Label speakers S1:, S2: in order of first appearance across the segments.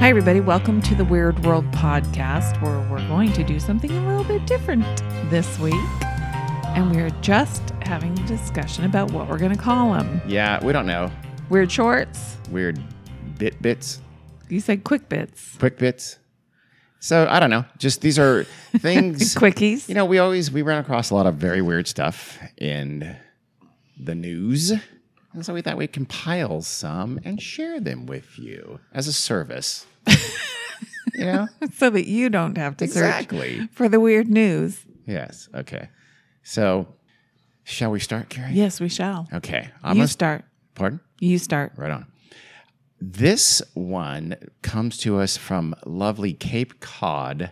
S1: Hi, everybody. Welcome to the Weird World podcast, where we're going to do something a little bit different this week. And we're just having a discussion about what we're going to call them
S2: Yeah, we don't know.
S1: weird shorts.
S2: Weird bit bits,
S1: You said quick bits,
S2: quick bits. So I don't know. Just these are things.
S1: quickies.
S2: You know, we always we run across a lot of very weird stuff in the news, and so we thought we'd compile some and share them with you as a service. you know,
S1: so that you don't have to
S2: exactly.
S1: search for the weird news.
S2: Yes. Okay. So, shall we start, Carrie?
S1: Yes, we shall.
S2: Okay. I'm
S1: you
S2: gonna-
S1: start.
S2: Pardon.
S1: You start.
S2: Right on. This one comes to us from lovely Cape Cod,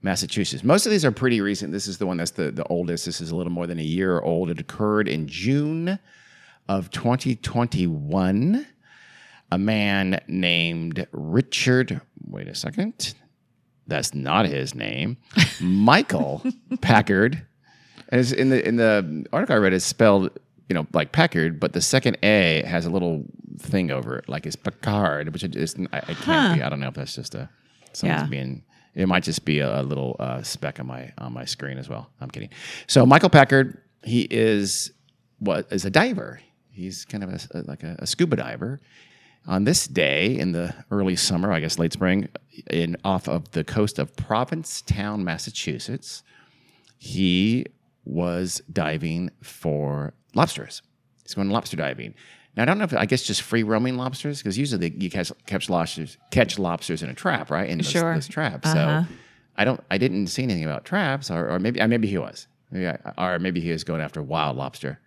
S2: Massachusetts. Most of these are pretty recent. This is the one that's the, the oldest. This is a little more than a year old. It occurred in June of 2021. A man named Richard, wait a second. That's not his name. Michael Packard. And it's in the in the article I read, it's spelled you know like Packard, but the second A has a little thing over it, like it's Picard, which it is. I, I can't be. I don't know if that's just a something's
S1: Yeah.
S2: being. It might just be a, a little uh, speck on my on my screen as well. I'm kidding. So Michael Packard, he is what is a diver. He's kind of a, like a, a scuba diver. On this day in the early summer, I guess late spring, in off of the coast of Provincetown, Massachusetts, he was diving for lobsters. He's going lobster diving. Now I don't know if I guess just free roaming lobsters because usually they, you catch, catch lobsters catch lobsters in a trap, right? In those,
S1: Sure. Uh-huh.
S2: those traps. So I don't I didn't see anything about traps, or, or maybe uh, maybe he was, maybe I, or maybe he was going after wild lobster,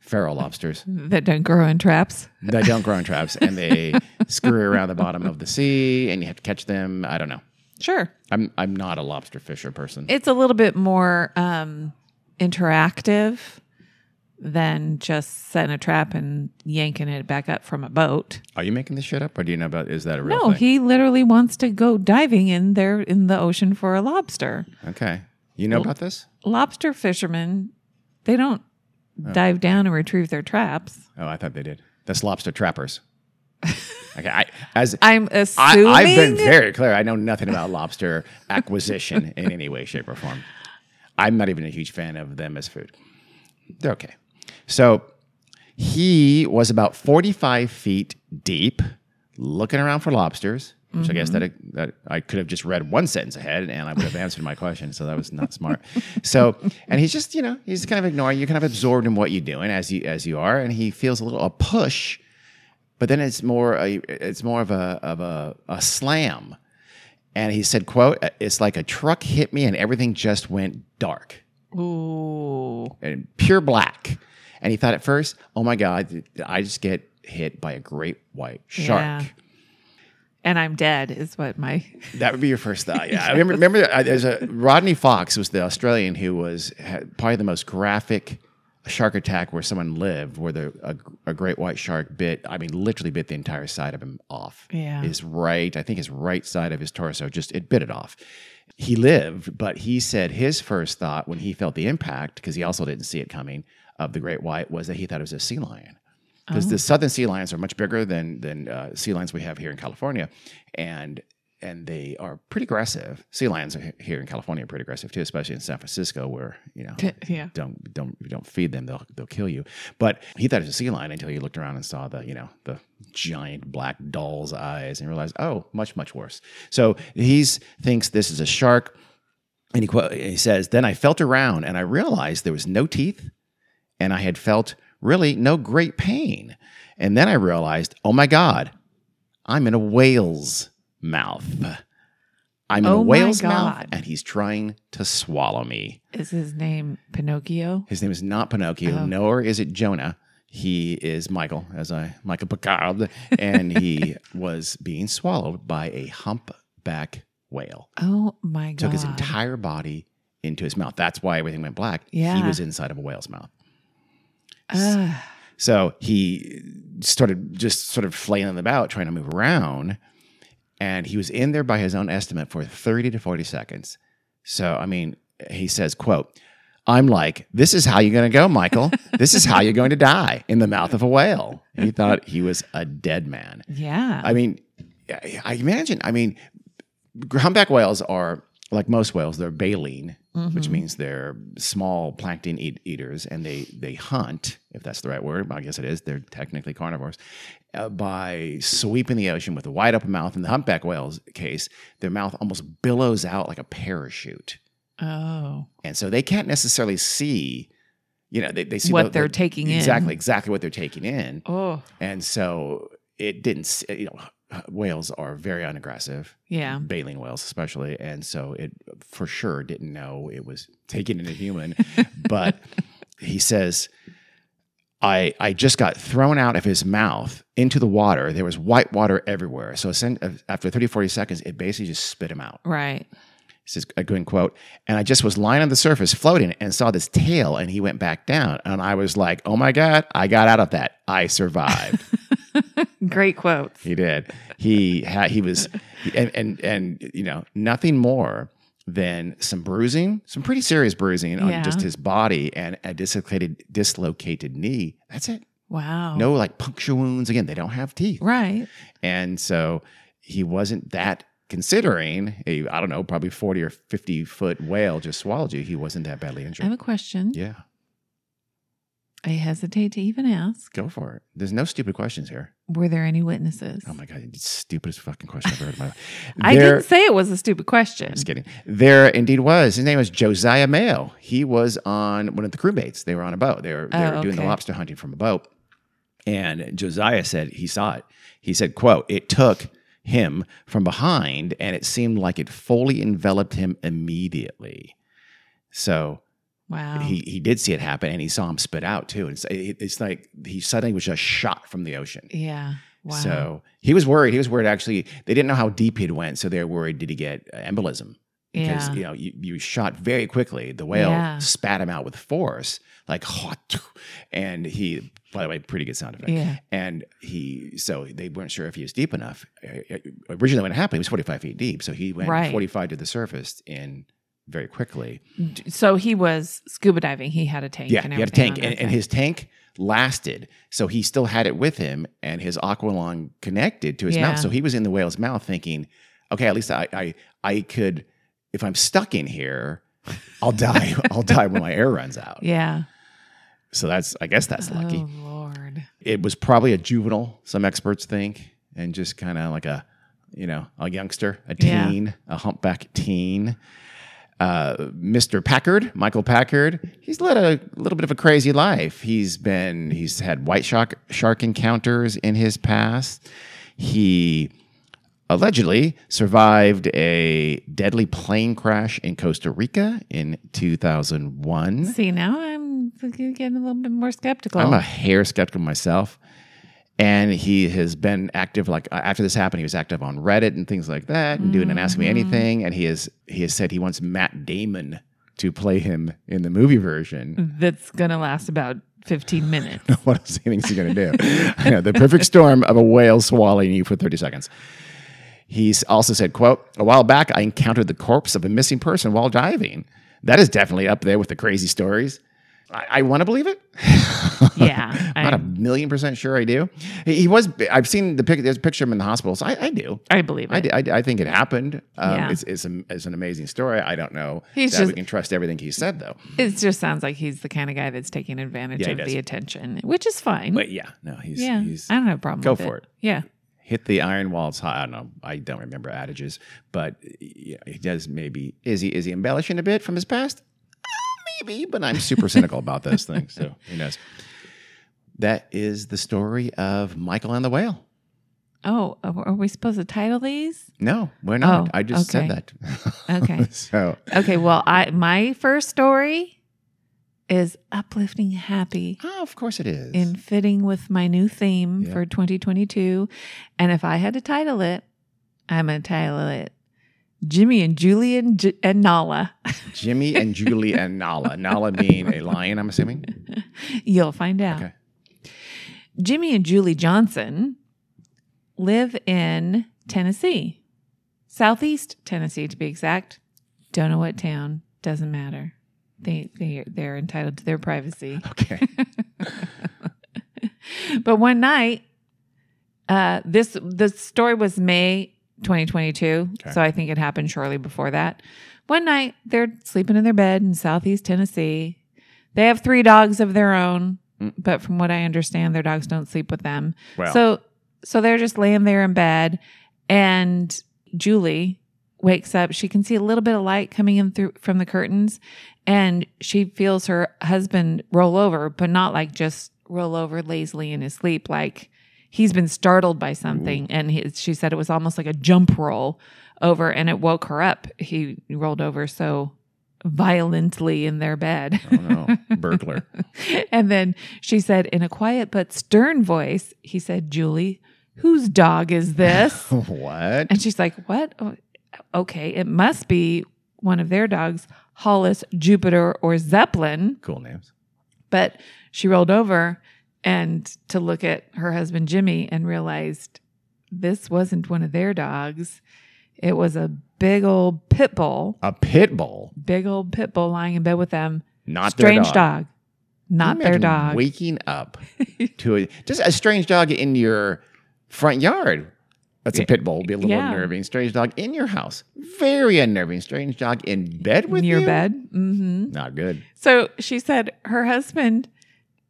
S2: feral lobsters
S1: That don't grow in traps.
S2: that don't grow in traps, and they scurry around the bottom of the sea, and you have to catch them. I don't know.
S1: Sure.
S2: I'm I'm not a lobster fisher person.
S1: it's a little bit more um, interactive than just setting a trap and yanking it back up from a boat.
S2: Are you making this shit up, or do you know about? Is that a real
S1: No,
S2: thing?
S1: he literally wants to go diving in there in the ocean for a lobster.
S2: Okay. You know about this?
S1: Lobster fishermen, they don't dive down and retrieve their traps.
S2: Oh, I thought they did. That's lobster trappers. okay. I, as
S1: I'm
S2: I,
S1: assuming
S2: I've been very clear, I know nothing about lobster acquisition in any way, shape, or form. I'm not even a huge fan of them as food. They're okay. So he was about 45 feet deep, looking around for lobsters. Which I guess that, that I could have just read one sentence ahead and I would have answered my question. So that was not smart. So, and he's just, you know, he's kind of ignoring you, kind of absorbed in what you're doing as you, as you are. And he feels a little, a push but then it's more a, it's more of a of a, a slam and he said quote it's like a truck hit me and everything just went dark
S1: Ooh.
S2: and pure black and he thought at first oh my god did i just get hit by a great white shark
S1: Yeah. And I'm dead is what my
S2: That would be your first thought. Yeah, I remember. remember uh, there's a Rodney Fox was the Australian who was had probably the most graphic shark attack where someone lived, where the a, a great white shark bit. I mean, literally bit the entire side of him off.
S1: Yeah.
S2: his right, I think his right side of his torso, just it bit it off. He lived, but he said his first thought when he felt the impact, because he also didn't see it coming, of the great white was that he thought it was a sea lion because the southern sea lions are much bigger than than uh, sea lions we have here in California, and and they are pretty aggressive. Sea lions are he- here in California are pretty aggressive too, especially in San Francisco where you know
S1: yeah.
S2: don't don't if you don't feed them they'll they'll kill you. But he thought it was a sea lion until he looked around and saw the you know the giant black doll's eyes and realized oh much much worse. So he's thinks this is a shark. And he, quote, he says, Then I felt around and I realized there was no teeth and I had felt really no great pain. And then I realized, oh my God, I'm in a whale's mouth. I'm in
S1: Oh
S2: a
S1: my
S2: whale's mouth
S1: God.
S2: and he's trying to swallow me.
S1: Is his name Pinocchio?
S2: His name is not Pinocchio,
S1: Oh.
S2: nor is it Jonah. He is Michael, as I Michael Picard, and he was being swallowed by a humpback whale
S1: Oh my god.
S2: took his entire body into his mouth. That's why everything went black. He
S1: Yeah.
S2: was inside of a whale's mouth.
S1: Ugh.
S2: So he started just sort of flailing about, trying to move around. And he was in there by his own estimate for 30 to 40 seconds. So, I mean, he says, quote, I'm like, this is how you're going to go, Michael. this is how you're going to die in the mouth of a whale. He thought he was a dead man.
S1: yeah.
S2: I mean, I I imagine. I mean, humpback whales are like most whales; they're baleen,
S1: Mm-hmm.
S2: which means they're small plankton eat- eaters, and they they hunt, if that's the right word. I guess it is. They're technically carnivores. Uh, by sweeping the ocean with a wide open mouth, in the humpback whale's case, their mouth almost billows out like a parachute,
S1: Oh,
S2: and so they can't necessarily see. You know, they, they see
S1: what
S2: the- the-
S1: they're taking
S2: exactly
S1: in.
S2: exactly what they're taking in.
S1: Oh,
S2: And so it didn't, s- you know, whales are very unaggressive,
S1: yeah.
S2: baleen whales especially. And so it for sure didn't know it was taking in a human. but he says, I, I just got thrown out of his mouth into the water. There was white water everywhere. So sen- after 30, 40 seconds, it basically just spit him out.
S1: Right.
S2: This is a good quote. And I just was lying on the surface floating and saw this tail and he went back down. And I was like, oh my God, I got out of that. I survived.
S1: Great quotes.
S2: He did. He had. He was, and, and and you know nothing more than some bruising, some pretty serious bruising
S1: Yeah.
S2: on just his body and a dislocated dislocated knee. That's it.
S1: Wow.
S2: No like puncture wounds. Again, they don't have teeth,
S1: Right.
S2: and so he wasn't that. Considering a, I don't know, probably forty or fifty foot whale just swallowed you, he wasn't that badly
S1: I
S2: injured.
S1: have a question.
S2: yeah,
S1: I hesitate to even ask.
S2: go for it. There's no stupid questions here.
S1: Were there any witnesses?
S2: Oh my god, it's the stupidest fucking question I've ever heard in my life.
S1: I
S2: There-
S1: didn't say it was a stupid question.
S2: Just kidding. There indeed was. His name was Josiah Mayo. He was on one of the crewmates. They were on a boat. They were, they
S1: Oh,
S2: were doing the
S1: okay.
S2: lobster hunting from a boat. And Josiah said he saw it. He said, quote, it took him from behind and it seemed like it fully enveloped him immediately. So
S1: Wow.
S2: he, he did see it happen and he saw him spit out too. And it's, it- it's like he suddenly was just shot from the ocean.
S1: yeah. Wow.
S2: So he was worried. He was worried actually. They didn't know how deep he'd went. So they were worried did he get uh, embolism? because
S1: yeah.
S2: you know you, you shot very quickly the whale
S1: Yeah.
S2: spat him out with force like hot and he by the way pretty good sound effect
S1: Yeah.
S2: and he so they weren't sure if he was deep enough Uh, originally when it happened he was 45 feet deep so he went
S1: Right.
S2: 45 to the surface in very quickly
S1: D- So he was scuba diving. He had a tank.
S2: yeah
S1: and
S2: he had a
S1: everything
S2: tank
S1: on.
S2: and, and
S1: Okay.
S2: his tank lasted so he still had it with him and his aqualung connected to his
S1: Yeah.
S2: mouth so he was in the whale's mouth thinking okay at least i i, I could if i'm stuck in here i'll die i'll die when my air runs out
S1: Yeah.
S2: so that's i guess that's lucky
S1: Oh Lord.
S2: it was probably a juvenile some experts think and just kind of like a you know a youngster a
S1: Yeah.
S2: teen a humpback teen uh, mr packard michael packard he's led a little bit of a crazy life he's been he's had white shark shark encounters in his past he allegedly survived a deadly plane crash in costa rica in 2001
S1: See now I'm getting a little bit more skeptical.
S2: I'm a hair skeptical myself. And he has been active, like uh, after this happened, he was active on Reddit and things like that, and doing an Ask Me Anything. And he has he has said he wants Matt Damon to play him in the movie version.
S1: That's gonna last about 15 minutes.
S2: what else he thinks he's going to do? I know, the perfect storm of a whale swallowing you for 30 seconds. He's also said, "quote A while back, I encountered the corpse of a missing person while diving. That is definitely up there with the crazy stories. I, I want to believe it."
S1: yeah.
S2: I'm not a
S1: I,
S2: million percent sure I do. He, he was. I've seen the pic. There's a picture of him in the hospital. So I, I do.
S1: I believe
S2: I,
S1: it.
S2: do- I, do- I think it happened. Um,
S1: Yeah.
S2: it's, it's, a, it's an amazing story. I don't know
S1: He's
S2: that we
S1: just-
S2: can trust everything he said, though.
S1: It just sounds like he's the kind of guy that's taking advantage
S2: Yeah, he
S1: of
S2: does.
S1: the attention, which is fine.
S2: But yeah, no, he's,
S1: yeah.
S2: he's
S1: I don't have a problem
S2: Go
S1: with
S2: for
S1: it.
S2: it.
S1: Yeah.
S2: hit the iron walls high. I don't know. I don't remember adages, but yeah, he does maybe. Is he is he embellishing a bit from his past? Uh, maybe, but I'm super cynical about those things. So who knows? That is the story of Michael and the whale.
S1: Oh, are are we supposed to title these?
S2: No, we're not.
S1: Oh,
S2: I just
S1: okay.
S2: said that.
S1: Okay.
S2: so
S1: Okay, well, I my first story is uplifting, happy,
S2: Ah, of course it is.
S1: in fitting with my new theme
S2: Yeah.
S1: for 2022. And if I had to title it, I'm going to title it Jimmy and Julie and, J- and Nala.
S2: Jimmy and Julie and Nala. Nala being a lion, I'm assuming.
S1: You'll find out.
S2: Okay.
S1: Jimmy and Julie Johnson live in Tennessee, Southeast Tennessee to be exact. Don't know what town, doesn't matter. They, they, they're entitled to their privacy.
S2: Okay.
S1: but one night, Uh, this the story was May 2022,
S2: Okay.
S1: so I think it happened shortly before that. One night they're sleeping in their bed in Southeast Tennessee. They have three dogs of their own,
S2: Mm.
S1: but from what I understand, their dogs don't sleep with them.
S2: Well,
S1: So so they're just laying there in bed and Julie wakes up. She can see a little bit of light coming in through from the curtains and she feels her husband roll over, but not like just roll over lazily in his sleep like he's been startled by something and he, she said it was almost like a jump roll over and it woke her up. He rolled over so violently in their bed.
S2: I don't know. Burglar.
S1: and then she said in a quiet but stern voice, he said, Julie, whose dog is this?
S2: what?
S1: and she's like, What? Oh, Okay, it must be one of their dogs, Hollis, Jupiter, or Zeppelin.
S2: Cool names.
S1: But she rolled over and to look at her husband, Jimmy, and realized this wasn't one of their dogs. It was a big old pit bull,
S2: A pit bull,
S1: big old pit bull lying in bed with them.
S2: not
S1: Strange
S2: their dog.
S1: dog. Not their
S2: Imagine
S1: dog.
S2: Waking up to a, just a strange dog in your front yard. That's a pit bull. Would be a little
S1: Yeah.
S2: unnerving. Strange dog in your house. Very unnerving. Strange dog in bed with
S1: near
S2: you?
S1: bed. hmm
S2: Not good.
S1: So she said her husband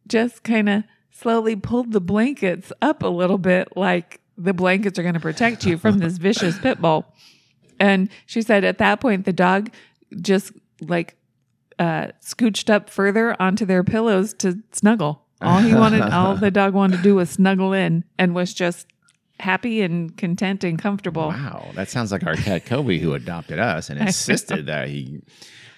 S1: just kind of slowly pulled the blankets up a little bit, like the blankets are going to protect you from this vicious pit bull. And she said at that point, the dog just like uh, scooched up further onto their pillows to snuggle. All he wanted, all the dog wanted to do was snuggle in and was just happy and content and comfortable.
S2: Wow, that sounds like our cat Kobe, who adopted us and insisted that he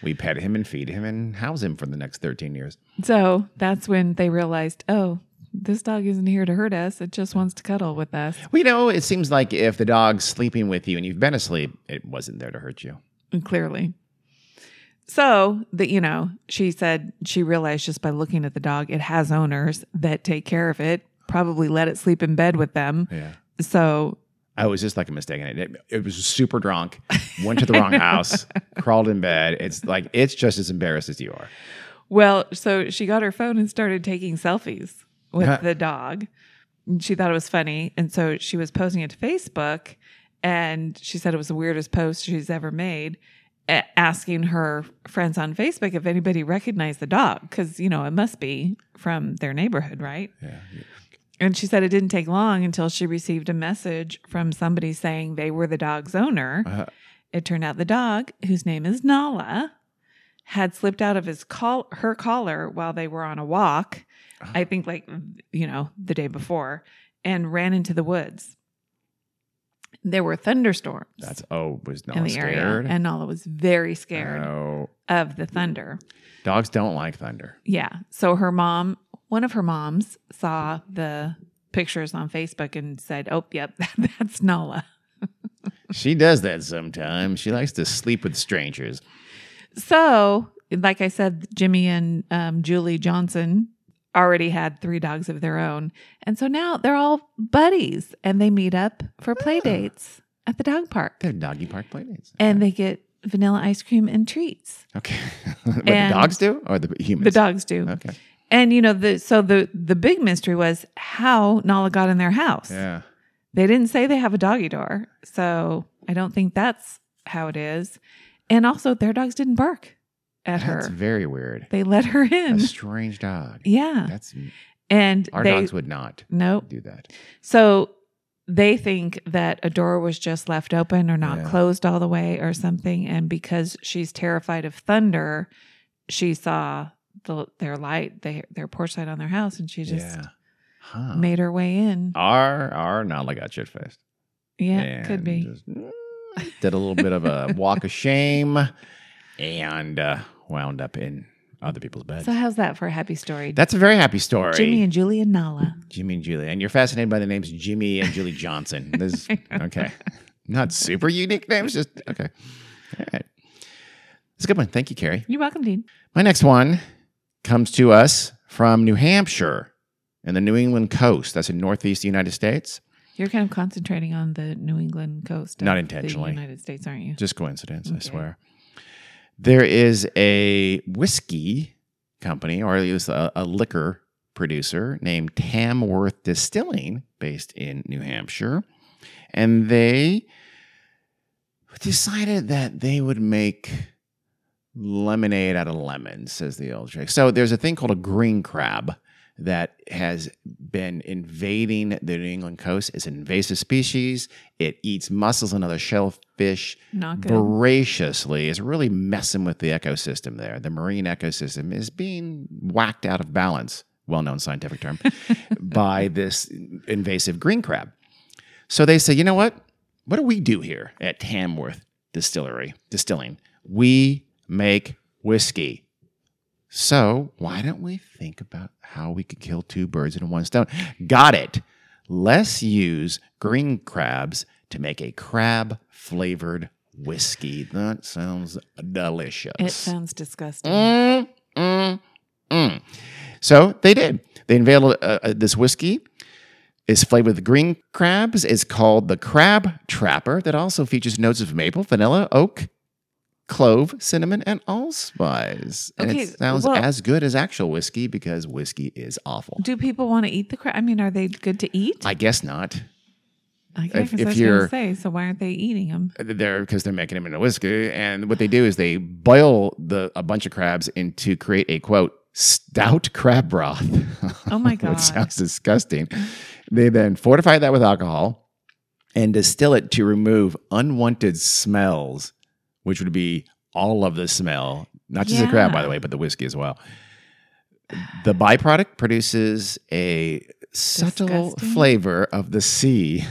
S2: we pet him and feed him and house him for the next thirteen years.
S1: So that's when they realized, oh, this dog isn't here to hurt us. It just wants to cuddle with us.
S2: Well, you know, it seems like if the dog's sleeping with you and you've been asleep, it wasn't there to hurt you.
S1: clearly. So that you know, she said she realized just by looking at the dog, it has owners that take care of it. Probably let it sleep in bed with them.
S2: Yeah.
S1: So
S2: I was just like a mistake, and it, it was super drunk. Went to the wrong house, crawled in bed. It's like it's just as embarrassed as you are.
S1: well, so she got her phone and started taking selfies with the dog. And She thought it was funny, and so she was posting it to Facebook. And she said it was the weirdest post she's ever made, a- asking her friends on Facebook if anybody recognized the dog because you know it must be from their neighborhood, right?
S2: Yeah.
S1: And she said it didn't take long until she received a message from somebody saying they were the dog's owner.
S2: Uh-huh.
S1: It turned out the dog, whose name is Nala, had slipped out of his col- her collar while they were on a walk. I think like you know the day before, and ran into the woods. There were thunderstorms
S2: That's oh, was not
S1: in the
S2: scared.
S1: area, and Nala was very scared
S2: Oh,
S1: of the thunder.
S2: dogs don't like thunder.
S1: Yeah. So her mom, one of her moms saw the pictures on Facebook and said, Oh, yep, that's Nala.
S2: She does that sometimes. She likes to sleep with strangers.
S1: So, like I said, Jimmy and um, Julie Johnson already had three dogs of their own. And so now they're all buddies and they meet up for
S2: Ah.
S1: play dates at the dog park
S2: They're doggy park playmates.
S1: and they get vanilla ice cream and treats.
S2: Okay. what
S1: And-
S2: the dogs do or the humans?
S1: The dogs do.
S2: Okay.
S1: And you know the so the the big mystery was how Nala got in their house.
S2: Yeah.
S1: They didn't say they have a doggy door. So I don't think that's how it is. And also, their dogs didn't bark at
S2: That's
S1: her.
S2: very weird.
S1: They let her in.
S2: A strange dog.
S1: yeah.
S2: That's
S1: And
S2: our
S1: they,
S2: dogs would not
S1: nope.
S2: do that.
S1: So they think that a door was just left open or not
S2: Yeah.
S1: closed all the way or something. And because she's terrified of thunder, she saw the, their light, they, their porch light on their house, and she just
S2: yeah. Uh-huh. Oh, Huh.
S1: made her way in.
S2: Our our Nala got shit faced.
S1: yeah, could be.
S2: did a little bit of a walk of shame, and uh, wound up in other people's beds.
S1: so, how's that for a happy story?
S2: That's a very happy story.
S1: Jimmy and Julie and Nala.
S2: Jimmy and Julie. And you're fascinated by the names Jimmy and Julie Johnson. This, okay. Not super unique names, just okay. All right. It's a good one. Thank you, Carrie.
S1: You're welcome, Dean.
S2: My next one comes to us from New Hampshire and the New England coast. That's in northeast United States.
S1: You're kind of concentrating on the New England coast. of
S2: Not
S1: the
S2: intentionally.
S1: United States, aren't you?
S2: Just coincidence, I
S1: Okay.
S2: swear. There is a whiskey company, or at least a, a liquor producer named Tamworth Distilling, based in New Hampshire. And they decided that they would make lemonade out of lemons, says the old trick. So there's a thing called a green crab that has been invading the New England coast. It's an invasive species. It eats mussels and other shellfish
S1: Not good.
S2: voraciously is really messing with the ecosystem there. The marine ecosystem is being whacked out of balance, well known scientific term, by this invasive green crab. So they say, you know what? What do we do here at Tamworth Distillery, distilling? We make whiskey. So why don't we think about how we could kill two birds in one stone? Got it. Let's use green crabs to make a crab flavored whiskey. That sounds delicious.
S1: it sounds disgusting.
S2: Mm, mm, mm. So they did. They unveiled uh, uh, this whiskey. It's flavored with green crabs. It's called the Crab Trapper. That also features notes of maple, vanilla, oak, clove, cinnamon, and allspice. And
S1: Okay,
S2: it sounds
S1: well-
S2: as good as actual whiskey because whiskey is awful.
S1: Do people want to eat the crab? I mean, are they good to eat?
S2: I guess not.
S1: I
S2: if-
S1: guess
S2: if
S1: I was
S2: you're-
S1: going to say. So why aren't they eating them?
S2: they're because they're making them into whiskey. And what they do is they boil the a bunch of crabs in to create a quote stout crab broth.
S1: Oh my
S2: Which
S1: God.
S2: sounds disgusting. They then fortify that with alcohol and distill it to remove unwanted smells, which would be all of the smell, not just the crab, by the
S1: Yeah.
S2: way, but the whiskey as well. The byproduct produces a subtle
S1: Disgusting.
S2: flavor of the sea.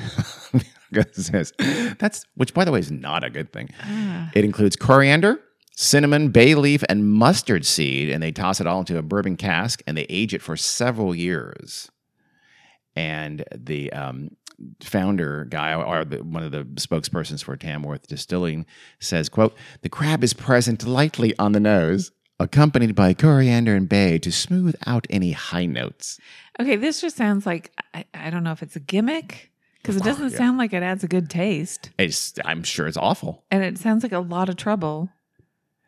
S2: Because it's- That's which, by the way, is not a good thing.
S1: Ah,
S2: It includes coriander, cinnamon, bay leaf, and mustard seed, and they toss it all into a bourbon cask and they age it for several years. And the um, founder guy, or the, one of the spokespersons for Tamworth Distilling, says, "quote The crab is present lightly on the nose." Accompanied by coriander and bay to smooth out any high notes.
S1: okay, this just sounds like I, I don't know if it's a gimmick because it doesn't
S2: Yeah.
S1: sound like it adds a good taste,
S2: It's, I'm sure it's awful.
S1: and it sounds like a lot of trouble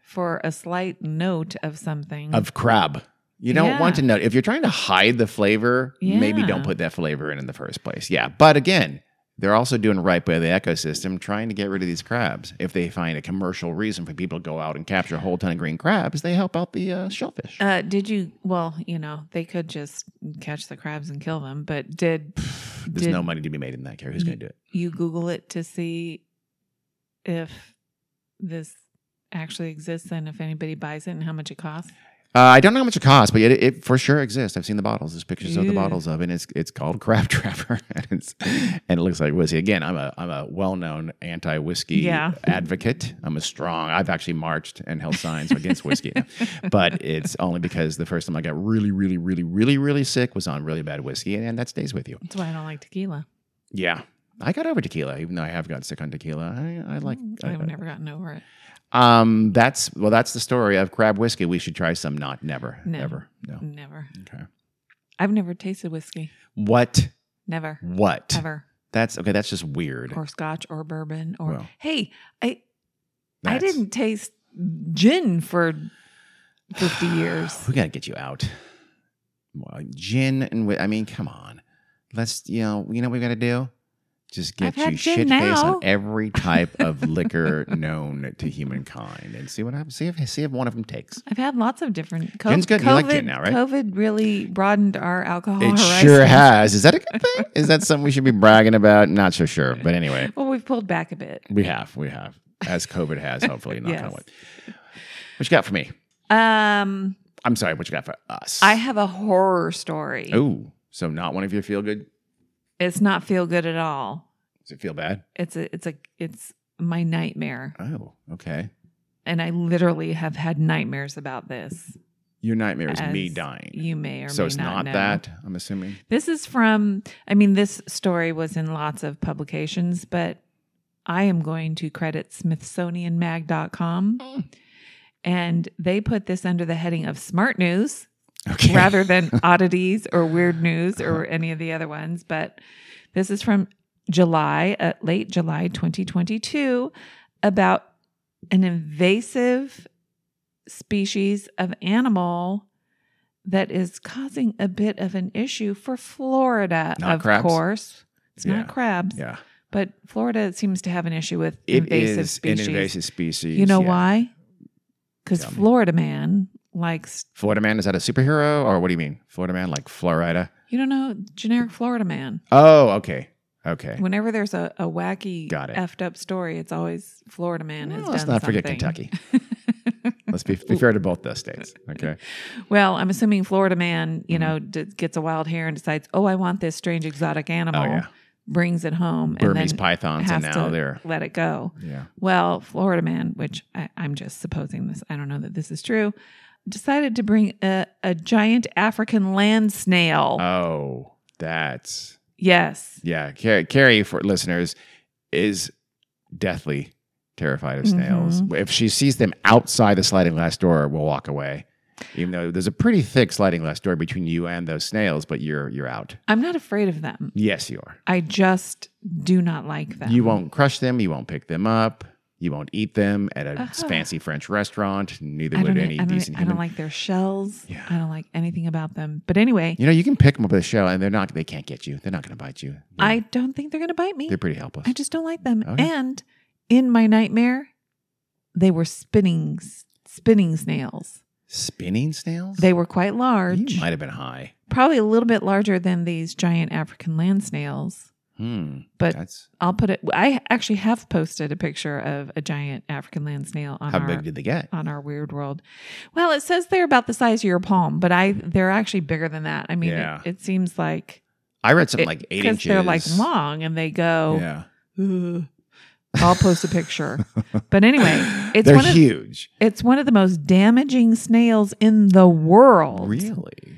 S1: for a slight note of something.
S2: of crab. You don't want to
S1: Mm-hmm. Yeah.
S2: know if you're trying to hide the flavor. Maybe don't
S1: Yeah.
S2: put that flavor in in the first place. Yeah, but again, they're also doing right by the ecosystem, trying to get rid of these crabs. If they find a commercial reason for people to go out and capture a whole ton of green crabs, they help out the uh, shellfish.
S1: uh, did you? Well, you know, they could just catch the crabs and kill them, but did
S2: There's
S1: did
S2: no money to be made in that care. Who's going to do it?
S1: you Google it to see if this actually exists and if anybody buys it and how much it costs?
S2: Uh, I don't know how much it costs, but it, it for sure exists. I've seen the bottles. There's pictures of the
S1: Ew.
S2: bottles of it. And it's it's called Crab Trapper, and, it's, and it looks like whiskey. Again, I'm a I'm a well known anti whiskey
S1: Yeah.
S2: advocate. I'm a strong. I've actually marched and held signs against whiskey, but it's only because the first time I got really really really really really sick was on really bad whiskey, and, and that stays with you.
S1: That's why I don't like tequila.
S2: Yeah, I got over tequila, even though I have gotten sick on tequila. I, I like.
S1: Mm,
S2: I-
S1: I've never gotten over it.
S2: um, that's well, that's the story of crab whiskey. We should try some. Not never,
S1: No. Mm.
S2: never, no.
S1: Never.
S2: Okay.
S1: I've never tasted whiskey.
S2: What?
S1: Never.
S2: What?
S1: Ever.
S2: That's okay. That's just weird.
S1: Or scotch or bourbon or
S2: Well,
S1: hey, I I
S2: That's-
S1: didn't taste gin for fifty years.
S2: We gotta get you out. Well, gin and whi- I mean, come on. Let's you know you know what we gotta do. Just
S1: I've
S2: get you
S1: had
S2: shit
S1: gin
S2: faced on
S1: now.
S2: every type of liquor known to humankind, and see what happens. See if see if one of them takes.
S1: I've had lots of different. co-
S2: Gin's good. You like gin
S1: COVID
S2: now, right?
S1: COVID really broadened our alcohol.
S2: it
S1: horizon.
S2: sure has. Is that a good thing? Is that something we should be bragging about? Not so sure. But anyway,
S1: Well, we've pulled back a bit.
S2: we have, we have, as COVID has. Hopefully, not
S1: Yes.
S2: what. What you got for me?
S1: Um,
S2: I'm sorry. What you got for us?
S1: I have a horror story.
S2: Oh, so not one of your feel good?
S1: It's not feel good at all.
S2: Does it feel bad?
S1: It's a it's a it's my nightmare.
S2: Oh, okay.
S1: And I literally have had nightmares about this.
S2: Your nightmare is me
S1: As
S2: dying.
S1: You may or
S2: So
S1: may
S2: it's not,
S1: not, know.
S2: that, I'm assuming.
S1: This is from I mean this story was in lots of publications, but I am going to credit smithsonianmag.com
S2: Mm.
S1: and they put this under the heading of smart news.
S2: Okay. Uh-huh.
S1: rather than oddities or weird news or any of the other ones. But this is from July, uh, late July 2022, about an invasive species of animal that is causing a bit of an issue for Florida,
S2: Not
S1: of
S2: crabs?
S1: course. It's
S2: Yeah.
S1: not crabs,
S2: Yeah.
S1: but Florida seems to have an issue with
S2: It is
S1: invasive species.
S2: an invasive species.
S1: you know
S2: yeah.
S1: why? Because
S2: Tell me.
S1: Florida man likes,
S2: Florida man, is that a superhero or what do you mean? Florida man, like Florida?
S1: you don't know, generic Florida man.
S2: Oh, okay. Okay.
S1: Whenever there's a, a wacky,
S2: Got it.
S1: effed up story, it's always Florida man has
S2: Well, let's
S1: done
S2: not forget
S1: something.
S2: Kentucky. Let's be, be fair to both those states. Okay.
S1: Well, I'm assuming Florida man, you
S2: Mm-hmm.
S1: know, d- gets a wild hair and decides, oh, I want this strange exotic animal,
S2: Oh, yeah.
S1: brings it home, and
S2: Burmese
S1: then
S2: pythons,
S1: has
S2: and now
S1: to
S2: they're.
S1: let it go.
S2: Yeah.
S1: Well, Florida man, which I, I'm just supposing this, I don't know that this is true, decided to bring a, a giant African land snail.
S2: Oh, that's.
S1: yes.
S2: Yeah, Car- Carrie for listeners is deathly terrified of snails.
S1: Mm-hmm.
S2: If she sees them outside the sliding glass door, we'll walk away. Even though there's a pretty thick sliding glass door between you and those snails, but you're you're out.
S1: I'm not afraid of them.
S2: Yes, you are.
S1: I just do not like them.
S2: You won't crush them. You won't pick them up. You won't eat them at a
S1: Uh-huh.
S2: fancy French restaurant. Neither
S1: I
S2: would
S1: don't, e-,
S2: any
S1: I, don't,
S2: decent
S1: I don't
S2: human.
S1: like their shells.
S2: Yeah.
S1: I don't like anything about them. But anyway,
S2: you know, you can pick them up at the show, and they're not. They can't get you. They're not going to bite you. They're,
S1: I don't think they're going to bite me.
S2: they're pretty helpless.
S1: I just don't like them.
S2: Okay.
S1: And in my nightmare, they were spinning spinning snails.
S2: Spinning snails.
S1: They were quite
S2: you
S1: large,
S2: might have been high.
S1: probably a little bit larger than these giant African land snails.
S2: Hmm.
S1: But
S2: that's
S1: I'll put it. I actually have posted a picture of a giant African land snail on
S2: how
S1: our
S2: big did they get?
S1: on our weird world. Well, it says they're about the size of your palm, but I they're actually bigger than that. I mean, it-
S2: Yeah.
S1: it, seems like
S2: I read something
S1: it-
S2: like eight
S1: 'cause
S2: inches.
S1: they're like long and they go.
S2: Yeah.
S1: Ugh. I'll post a picture. But anyway, it's
S2: they're
S1: one of
S2: huge.
S1: it's one of the most damaging snails in the world.
S2: Really?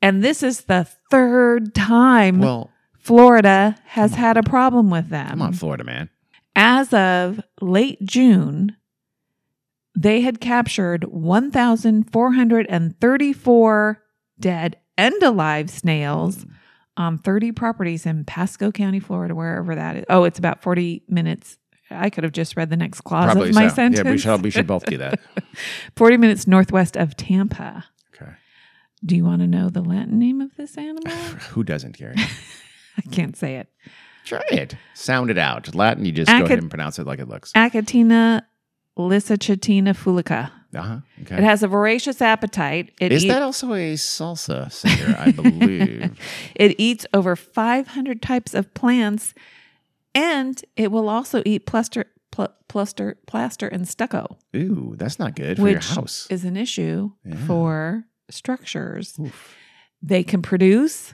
S1: And this is the third time
S2: Well,
S1: Florida has had a problem with them.
S2: I'm on Florida, man.
S1: As of late June, they had captured 1,434 dead and alive
S2: Mm.
S1: snails on 30 um, properties in Pasco County, Florida, wherever that is. Oh, it's about 40 minutes. I could have just read the next clause
S2: Probably
S1: of my
S2: so.
S1: sentence.
S2: Yeah, we should we should both do that.
S1: 40 minutes northwest of Tampa.
S2: Okay.
S1: Do you want to know the Latin name of this animal?
S2: Who doesn't care?
S1: I can't say it.
S2: Try it. Sound it out. Latin, you just
S1: I
S2: go ahead
S1: could-
S2: and pronounce it like it looks.
S1: Acatina lissachatina fulica.
S2: Uh huh. Okay.
S1: It has a voracious appetite. It
S2: Is
S1: eat-
S2: that also a salsa singer? I believe.
S1: It eats over 500 types of plants, and it will also eat plaster, pl- plaster, plaster, and stucco,
S2: Ooh, that's not good for your
S1: which
S2: house.
S1: is an issue
S2: Yeah.
S1: for structures.
S2: Oof.
S1: They can produce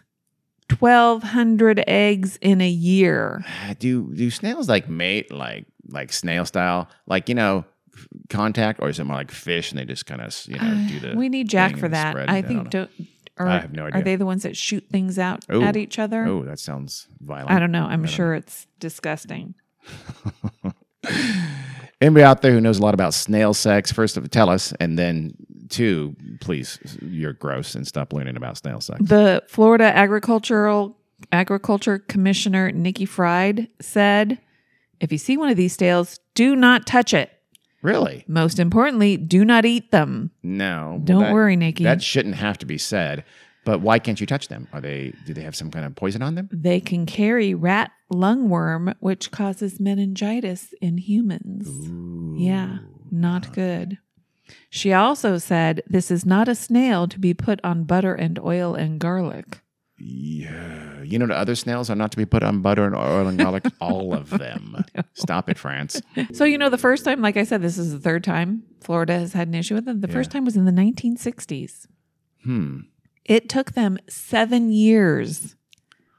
S1: 1,200 eggs in a year.
S2: Do do snails like mate like like snail style like you know f- contact or is it more like fish and they just kind of you know
S1: Uh,
S2: do the
S1: we need Jack
S2: thing
S1: for
S2: and
S1: that.
S2: spread?
S1: I
S2: Yeah,
S1: think
S2: don't
S1: don't. Are,
S2: I have no
S1: are
S2: idea.
S1: they the ones that shoot things out
S2: Ooh.
S1: at each other?
S2: Oh, that sounds violent.
S1: I don't know. I'm
S2: don't
S1: sure it's disgusting.
S2: Anybody out there who knows a lot about snail sex, first of tell us, and then two, please, you're gross and stop learning about snail sex.
S1: The Florida Agricultural Agriculture Commissioner Nikki Fried said, "If you see one of these snails, do not touch it.
S2: Really?
S1: Most importantly, do not eat them.
S2: No. Well,
S1: Don't
S2: that-
S1: worry, Nikki.
S2: That shouldn't have to be said. But why can't you touch them? Are they? Do they have some kind of poison on them?
S1: they can carry rat lungworm, which causes meningitis in humans. Yeah, not good." She also said, This is not a snail to be put on butter and oil and garlic.
S2: Yeah. You know, the other snails are not to be put on butter and oil and garlic. All of them. Stop it, France.
S1: So, you know, the first time, like I said, this is the third time Florida has had an issue with them. The first time was in the 1960s.
S2: Hmm.
S1: It took them seven years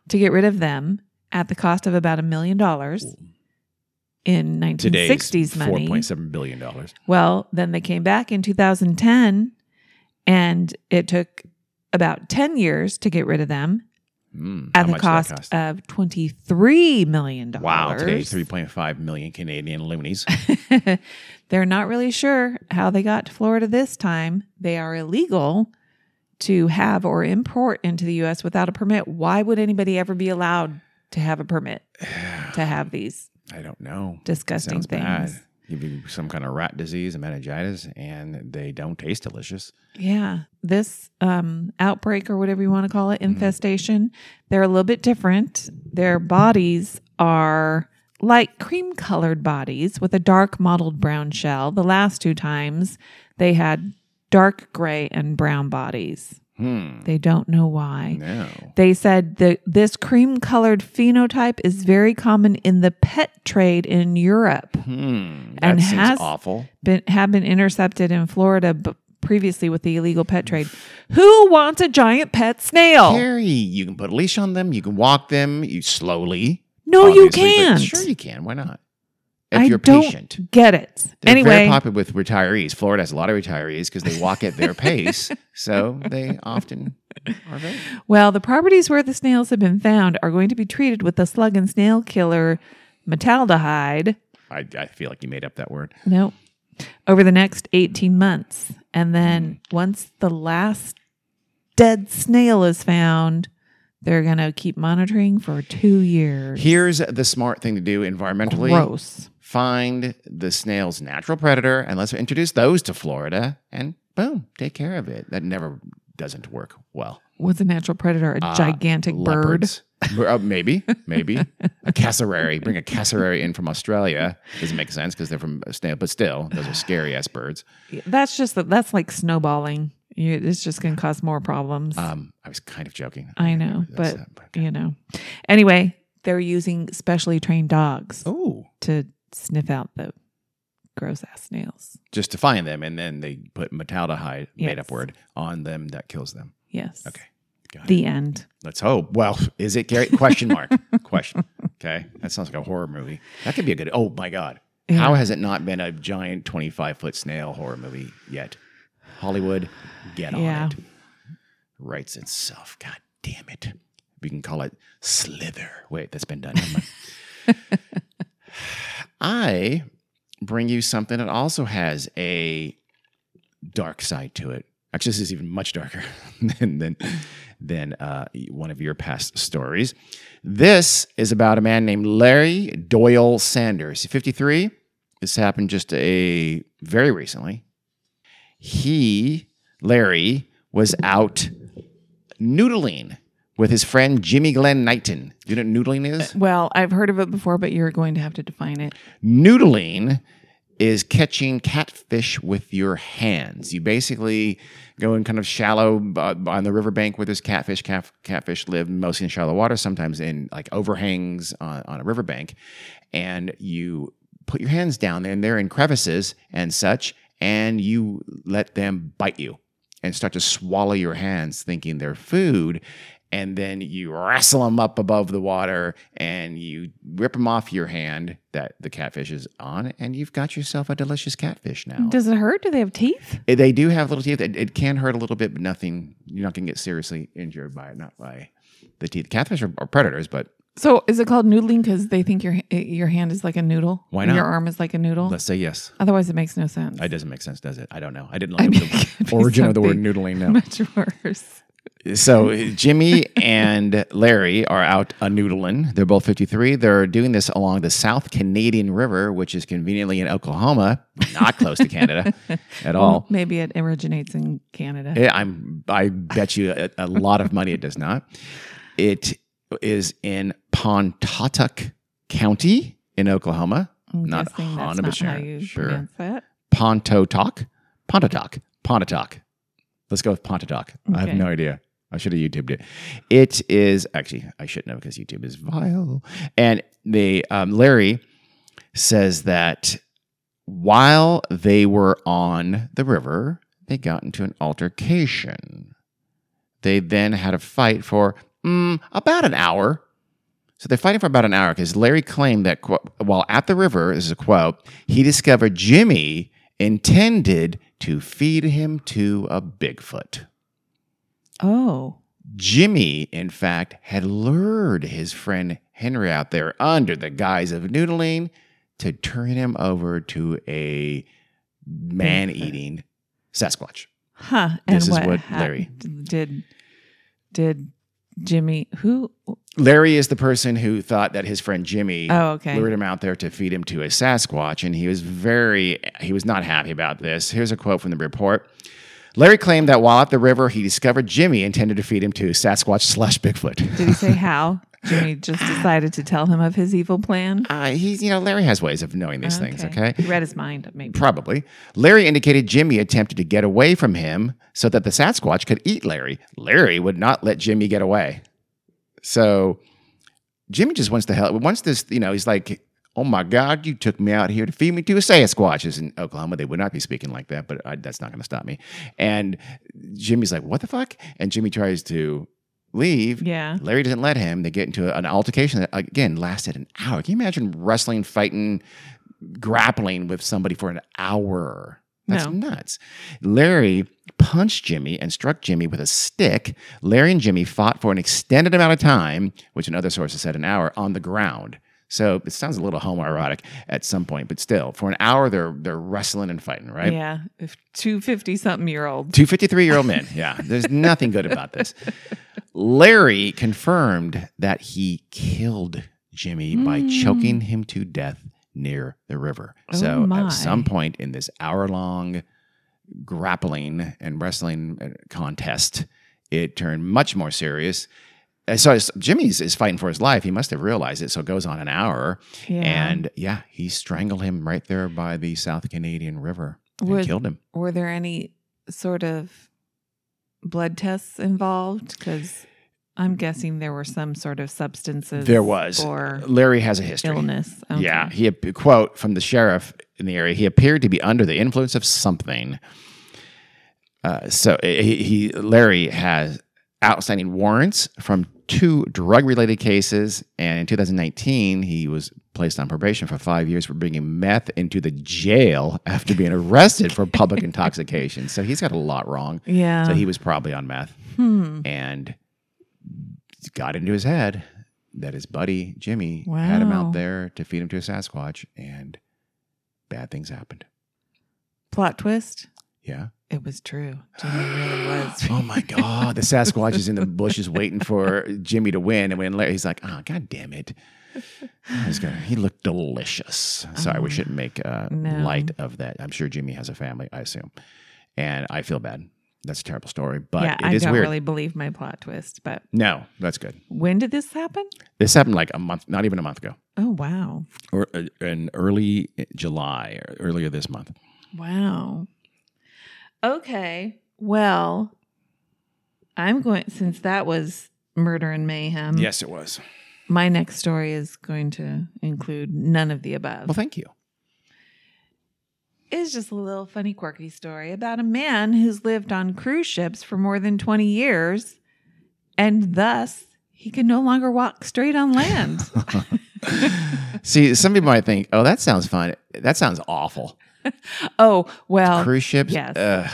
S1: to get rid of them at the cost of about a million dollars in
S2: Today's
S1: 1960s
S2: four
S1: money.
S2: point seven billion dollars.
S1: Well, then they came back in 2010 and it took about 10 years to get rid of them
S2: Mm,
S1: at
S2: how
S1: the
S2: much did that
S1: cost of $23 million.
S2: Wow, today's 3.5 million Canadian loonies.
S1: They're not really sure how they got to Florida this time. They are illegal to have or import into the U.S. without a permit. Why would anybody ever be allowed to have a permit to have these
S2: I don't know.
S1: disgusting
S2: Sounds
S1: things?
S2: bad. give you some kind of rat disease and meningitis, and they don't taste delicious.
S1: Yeah. This um, outbreak or whatever you want to call it, infestation, they're a little bit different. Their bodies are like cream colored bodies with a dark mottled brown shell. The last two times they had dark gray and brown bodies.
S2: Hmm.
S1: They don't know why.
S2: No.
S1: They said that this cream colored phenotype is very common in the pet trade in Europe
S2: Hmm. That
S1: And
S2: seems
S1: has-
S2: awful.
S1: been, have been intercepted in Florida but previously with the illegal pet trade. Who wants a giant pet snail?
S2: Carrie, you can put a leash on them. You can walk them. You slowly.
S1: no, you
S2: obviously, but
S1: can't.
S2: Sure, you can. Why not? If
S1: I
S2: you're
S1: don't
S2: patient.
S1: Get it.
S2: They're very
S1: anyway,
S2: popular with retirees. Florida has a lot of retirees because they walk at their pace, so they often are very.
S1: well, the properties where the snails have been found are going to be treated with the slug and snail killer metaldehyde.
S2: I, I feel like you made up that word.
S1: No. Over the next 18 months. And then once the last dead snail is found, they're going to keep monitoring for two years.
S2: Here's the smart thing to do environmentally:
S1: Gross.
S2: find the snail's natural predator, and let's introduce those to Florida, and boom, take care of it. That never doesn't work well.
S1: What's a natural predator? A gigantic bird?
S2: Uh, Leopards. Uh, maybe, maybe a cassowary. Bring a cassowary in from Australia doesn't make sense because they're from a snail, but still, those are scary ass birds.
S1: That's just that's like snowballing. You, it's just going to cause more problems.
S2: Um, I was kind of joking.
S1: I know,
S2: That's
S1: Uh, but
S2: not-
S1: you know. Anyway, they're using specially trained dogs
S2: Oh,
S1: to sniff out the gross ass snails.
S2: just to find them, and then they put metaldehyde, made up
S1: Yes.
S2: word, on them that kills them.
S1: Yes.
S2: Okay, got it.
S1: The end.
S2: Let's hope. Well, is it Gary? Question mark. Question. Okay, that sounds like a horror movie. That could be a good. Oh my god, how has it not been a giant twenty-five foot snail horror movie yet? Hollywood, get on
S1: Yeah.
S2: it. Writes itself. God damn it. We can call it Slither. Wait, that's been done. Never mind. I bring you something that also has a dark side to it. Actually, this is even much darker than than, than uh, one of your past stories. This is about a man named Larry Doyle Sanders, 53. This happened just a very recently. He, Larry, was out noodling with his friend Jimmy Glenn Knighton. Do you know what noodling is?
S1: Well, I've heard of it before, but you're going to have to define it.
S2: Noodling is catching catfish with your hands. You basically go in kind of shallow uh, on the riverbank where there's catfish. Cat, catfish live mostly in shallow water, sometimes in like overhangs on, on a riverbank. And you put your hands down there, and they're in crevices and such, and you let them bite you and start to swallow your hands thinking they're food. And then you wrestle them up above the water and you rip them off your hand that the catfish is on, and you've got yourself a delicious catfish now. Eh,
S1: Does it hurt? Do they have teeth?
S2: they do have little teeth. It, it can hurt a little bit, but nothing. You're not going to get seriously injured by it, not by the teeth. Catfish are, are predators, but
S1: So is it called noodling because they think your eh, your hand is like a noodle?
S2: Why
S1: And Your
S2: not?
S1: arm is like a noodle.
S2: let's say yes.
S1: Otherwise, it makes no sense.
S2: It doesn't make sense, does it? I don't know. I didn't
S1: I
S2: look
S1: mean,
S2: up
S1: it could
S2: the
S1: be
S2: origin of the word
S1: something
S2: noodling. No.
S1: Much worse.
S2: so Jimmy and Larry are out a noodling. They're both 53. They're doing this along the South Canadian River, which is conveniently in Oklahoma, not close to Canada at all.
S1: Maybe it originates in Canada.
S2: Yeah, I'm. I bet you a, a lot of money it does not. It is in Pontotoc County in Oklahoma,
S1: I'm
S2: not
S1: guessing that's
S2: Hana,
S1: not
S2: but
S1: how
S2: sure.
S1: you
S2: Sure.
S1: pronounce that.
S2: Pontotoc, Pontotoc, Pontotoc. Let's go with Pontotoc. I have
S1: Okay.
S2: no idea. I should have YouTubed it. It is actually I shouldn't have because YouTube is vile. And they um, Larry says that while they were on the river, they got into an altercation. They then had a fight for mm, about an hour. So they're fighting for about an hour because Larry claimed that qu- while at the river, this is a quote, he discovered Jimmy intended to feed him to a Bigfoot.
S1: Oh,
S2: Jimmy, in fact, had lured his friend Henry out there under the guise of noodling to turn him over to a man eating Sasquatch.
S1: huh.
S2: This is what
S1: hap-
S2: Larry-
S1: did. Did Jimmy, who?
S2: Larry is the person who thought that his friend Jimmy
S1: Oh, okay.
S2: lured him out there to feed him to a Sasquatch, and he was very he was not happy about this. Here's a quote from the report. Larry claimed that while at the river, he discovered Jimmy intended to feed him to Sasquatch slash Bigfoot.
S1: Did he say how? Jimmy just decided to tell him of his evil plan.
S2: Uh, he's you know Larry has ways of knowing
S1: Oh,
S2: these things. Okay,
S1: He read his mind, maybe.
S2: Probably. Larry indicated Jimmy attempted to get away from him so that the Sasquatch could eat Larry. Larry would not let Jimmy get away. So Jimmy just wants to help. Once this, you know, he's like, oh my God, you took me out here to feed me to a Sasquatch. It's in Oklahoma. They would not be speaking like that, but I, that's not going to stop me. And Jimmy's like, what the fuck? And Jimmy tries to leave.
S1: Yeah.
S2: Larry doesn't let him. They get into an altercation that again lasted an hour. Can you imagine wrestling, fighting, grappling with somebody for an hour? That's
S1: No.
S2: nuts. Larry punched Jimmy and struck Jimmy with a stick. Larry and Jimmy fought for an extended amount of time, which another source has said an hour, on the ground. So it sounds a little homoerotic at some point, but still, for an hour they're they're wrestling and fighting, right?
S1: Yeah. If two fifty something year old.
S2: Two 53 year old men. Yeah. There's nothing good about this. Larry confirmed that he killed Jimmy by choking him to death near the river.
S1: Hmm. Oh,
S2: so
S1: my.
S2: at some point in this hour long grappling and wrestling uh, contest, it turned much more serious. Uh, So it's- Jimmy's is fighting for his life. He must have realized it. So it goes on an hour.
S1: Yeah.
S2: And yeah, he strangled him right there by the South Canadian River and
S1: Would-
S2: killed him.
S1: Were there any sort of blood tests involved? Because I'm guessing there were some sort of substances.
S2: There was.
S1: or
S2: Larry has a history.
S1: illness.
S2: Yeah, he ap- quote from the sheriff in the area. He appeared to be under the influence of something. Uh, so he, he Larry has outstanding warrants from two drug-related cases, and in 2019 he was placed on probation for five years for bringing meth into the jail after being arrested for public intoxication. So he's got a lot wrong.
S1: Yeah.
S2: So he was probably on meth
S1: Hmm.
S2: and it got into his head that his buddy Jimmy had him
S1: Wow.
S2: out there to feed him to a Sasquatch, and bad things happened.
S1: Plot twist.
S2: Yeah.
S1: It was true. Jimmy really was.
S2: oh my God. The Sasquatch is in the bushes waiting for Jimmy to win. And when Larry, he's like, oh, God damn it. He's gonna, he looked delicious. Sorry, we
S1: Oh.
S2: shouldn't make uh,
S1: No.
S2: light of that. I'm sure Jimmy has a family, I assume. And I feel bad. That's a terrible story, but
S1: yeah,
S2: it is
S1: I don't
S2: weird.
S1: really believe my plot twist, but
S2: no, that's good.
S1: when did this happen?
S2: This happened like a month, not even a month ago.
S1: Oh wow.
S2: or uh, in early July, or earlier this month.
S1: Wow. Okay. Well, I'm going since that was murder and mayhem.
S2: Mm. Yes, it was.
S1: My next story is going to include none of the above.
S2: Well, thank you.
S1: It's just a little funny, quirky story about a man who's lived on cruise ships for more than 20 years and thus he can no longer walk straight on land.
S2: See, some people might think, "Oh, that sounds fun. That sounds awful."
S1: oh, well,
S2: Cruise ships.
S1: yes.
S2: Ugh.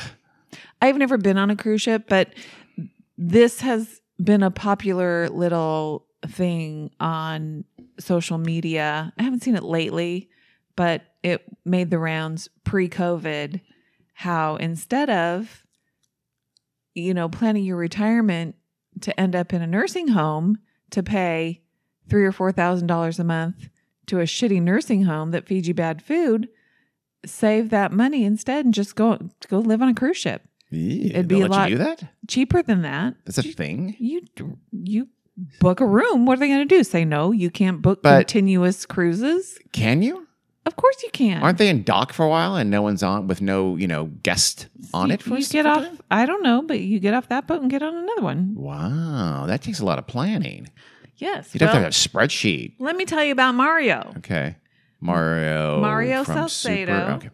S1: I've never been on a cruise ship, but this has been a popular little thing on social media. I haven't seen it lately, but it made the rounds pre COVID how instead of, you know, planning your retirement to end up in a nursing home to pay three or four thousand dollars a month to a shitty nursing home that feeds you bad food, save that money instead and just go go live on a cruise ship
S2: Yeah,
S1: It'd be
S2: they'll
S1: a
S2: let
S1: lot-
S2: You do that?
S1: cheaper than that.
S2: That's a thing.
S1: You you book a room. What are they going to do? Say no? You can't book
S2: But-
S1: continuous cruises.
S2: Can you?
S1: Of course you can.
S2: Aren't they in dock for a while and no one's on with no you know guest on
S1: You-
S2: it for?
S1: You
S2: s-
S1: get
S2: for
S1: off.
S2: time?
S1: I don't know, but you get off that boat and get on another one.
S2: Wow, that takes a lot of planning.
S1: Yes.
S2: You'd
S1: well,
S2: have to have a spreadsheet.
S1: let me tell you about Mario,
S2: Okay, Mario.
S1: Mario
S2: from
S1: Salcedo.
S2: okay.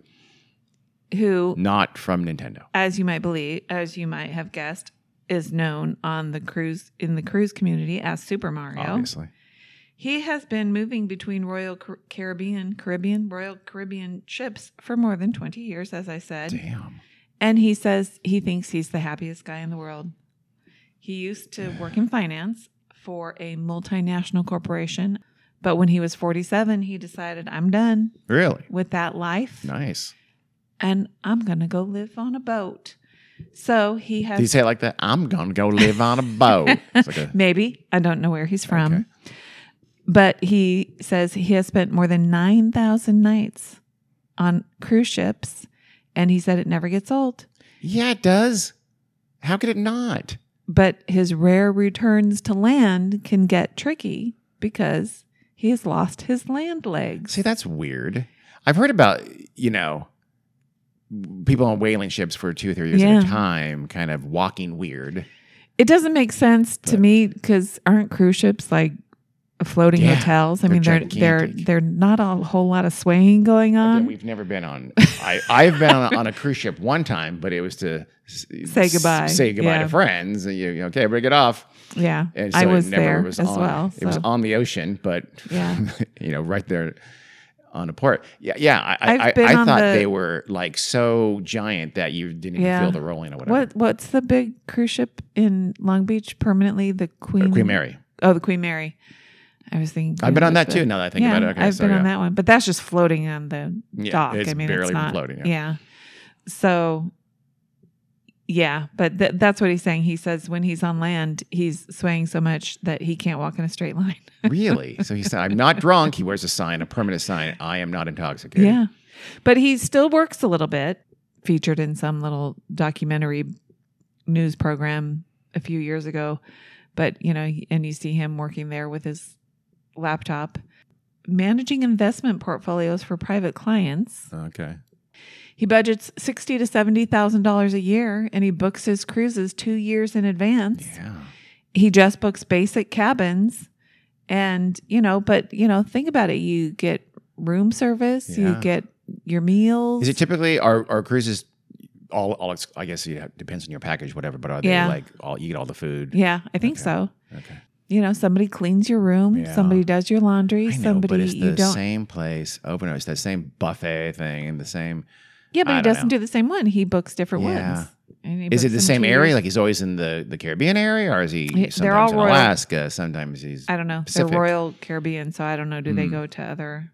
S1: who,
S2: Not from Nintendo.
S1: as you might believe, as you might have guessed, is known on the cruise in the cruise community as Super Mario.
S2: Obviously.
S1: He has been moving between Royal Car- Caribbean, Caribbean, Royal Caribbean ships for more than 20 years, as I said.
S2: Damn.
S1: And he says he thinks he's the happiest guy in the world. He used to work in finance for a multinational corporation, but when he was 47, he decided, I'm done
S2: Really?
S1: with that life
S2: Nice.
S1: and I'm going to go live on a boat. So he has
S2: Did he say it like that? I'm gonna go live on a boat. It's like a-
S1: Maybe. I don't know where he's from. But he says he has spent more than 9,000 nights on cruise ships. And he said it never gets old.
S2: yeah, it does. How could it not?
S1: But his rare returns to land can get tricky because he has lost his land legs.
S2: See, that's weird. I've heard about, you know, people on whaling ships for two or three years at a
S1: Yeah.
S2: time kind of walking weird.
S1: It doesn't make sense to
S2: But-
S1: me because aren't cruise ships like floating
S2: Yeah,
S1: hotels? I
S2: they're
S1: mean, they're they're
S2: gigantic.
S1: they're not a whole lot of swaying going
S2: Again,
S1: on.
S2: We've never been on. I, I've been on a, on a cruise ship one time, but it was to s-
S1: Say goodbye.
S2: say goodbye
S1: Yeah.
S2: to friends. And you, you know, okay, everybody get off.
S1: Yeah,
S2: And so
S1: I was
S2: it never
S1: there
S2: was
S1: as
S2: on.
S1: well.
S2: It was
S1: so.
S2: on the ocean, but
S1: Yeah.
S2: you know, right there on a port. Yeah, yeah. I, I,
S1: I've
S2: I,
S1: been
S2: I
S1: on
S2: thought
S1: the-
S2: they were like so giant that you didn't even
S1: Yeah.
S2: feel the rolling or whatever.
S1: What what's the big cruise ship in Long Beach permanently? The
S2: Or
S1: Queen
S2: Queen Mary.
S1: Oh, the Queen Mary. I was thinking.
S2: I've been on that
S1: Elizabeth.
S2: too. Now that I think
S1: yeah,
S2: about it, okay,
S1: I've
S2: so
S1: been on
S2: yeah.
S1: that one, but that's just floating on the
S2: Yeah,
S1: dock.
S2: it's
S1: I mean,
S2: barely
S1: it's
S2: been
S1: not
S2: floating, yeah.
S1: So, yeah, but th- that's what he's saying. He says when he's on land, he's swaying so much that he can't walk in a straight line.
S2: Really? So he said, "I'm not drunk." He wears a sign, a permanent sign. I am not intoxicated.
S1: Yeah. But he still works a little bit, featured in some little documentary news program a few years ago. But, you know, he- and you see him working there with his laptop, managing investment portfolios for private clients.
S2: Okay.
S1: He budgets sixty to seventy thousand dollars a year, and he books his cruises two years in advance
S2: Yeah.
S1: he just books basic cabins and you know but you know think about it you get room service you
S2: Yeah.
S1: get your meals
S2: Is it typically are are cruises all all? ex- I guess yeah, depends on your package, whatever. But are they
S1: Yeah.
S2: like all you get all the food?
S1: yeah i think
S2: Okay.
S1: so
S2: Okay.
S1: you know somebody cleans your room
S2: Yeah.
S1: somebody does your laundry
S2: I know,
S1: somebody
S2: but it's
S1: you
S2: the
S1: don't
S2: same place. Open up. It's that same buffet thing and the same.
S1: yeah but
S2: I
S1: he
S2: don't
S1: doesn't
S2: know.
S1: do the same one he books different
S2: Yeah.
S1: ones And he books
S2: Is it the
S1: them
S2: same
S1: two
S2: area?
S1: years-
S2: Like he's always in the the Caribbean area, or is he?
S1: they're
S2: Sometimes
S1: all
S2: in
S1: royal.
S2: Alaska. Sometimes he's
S1: i don't know
S2: Pacific.
S1: they're royal caribbean so i don't know do they
S2: Hmm.
S1: go to other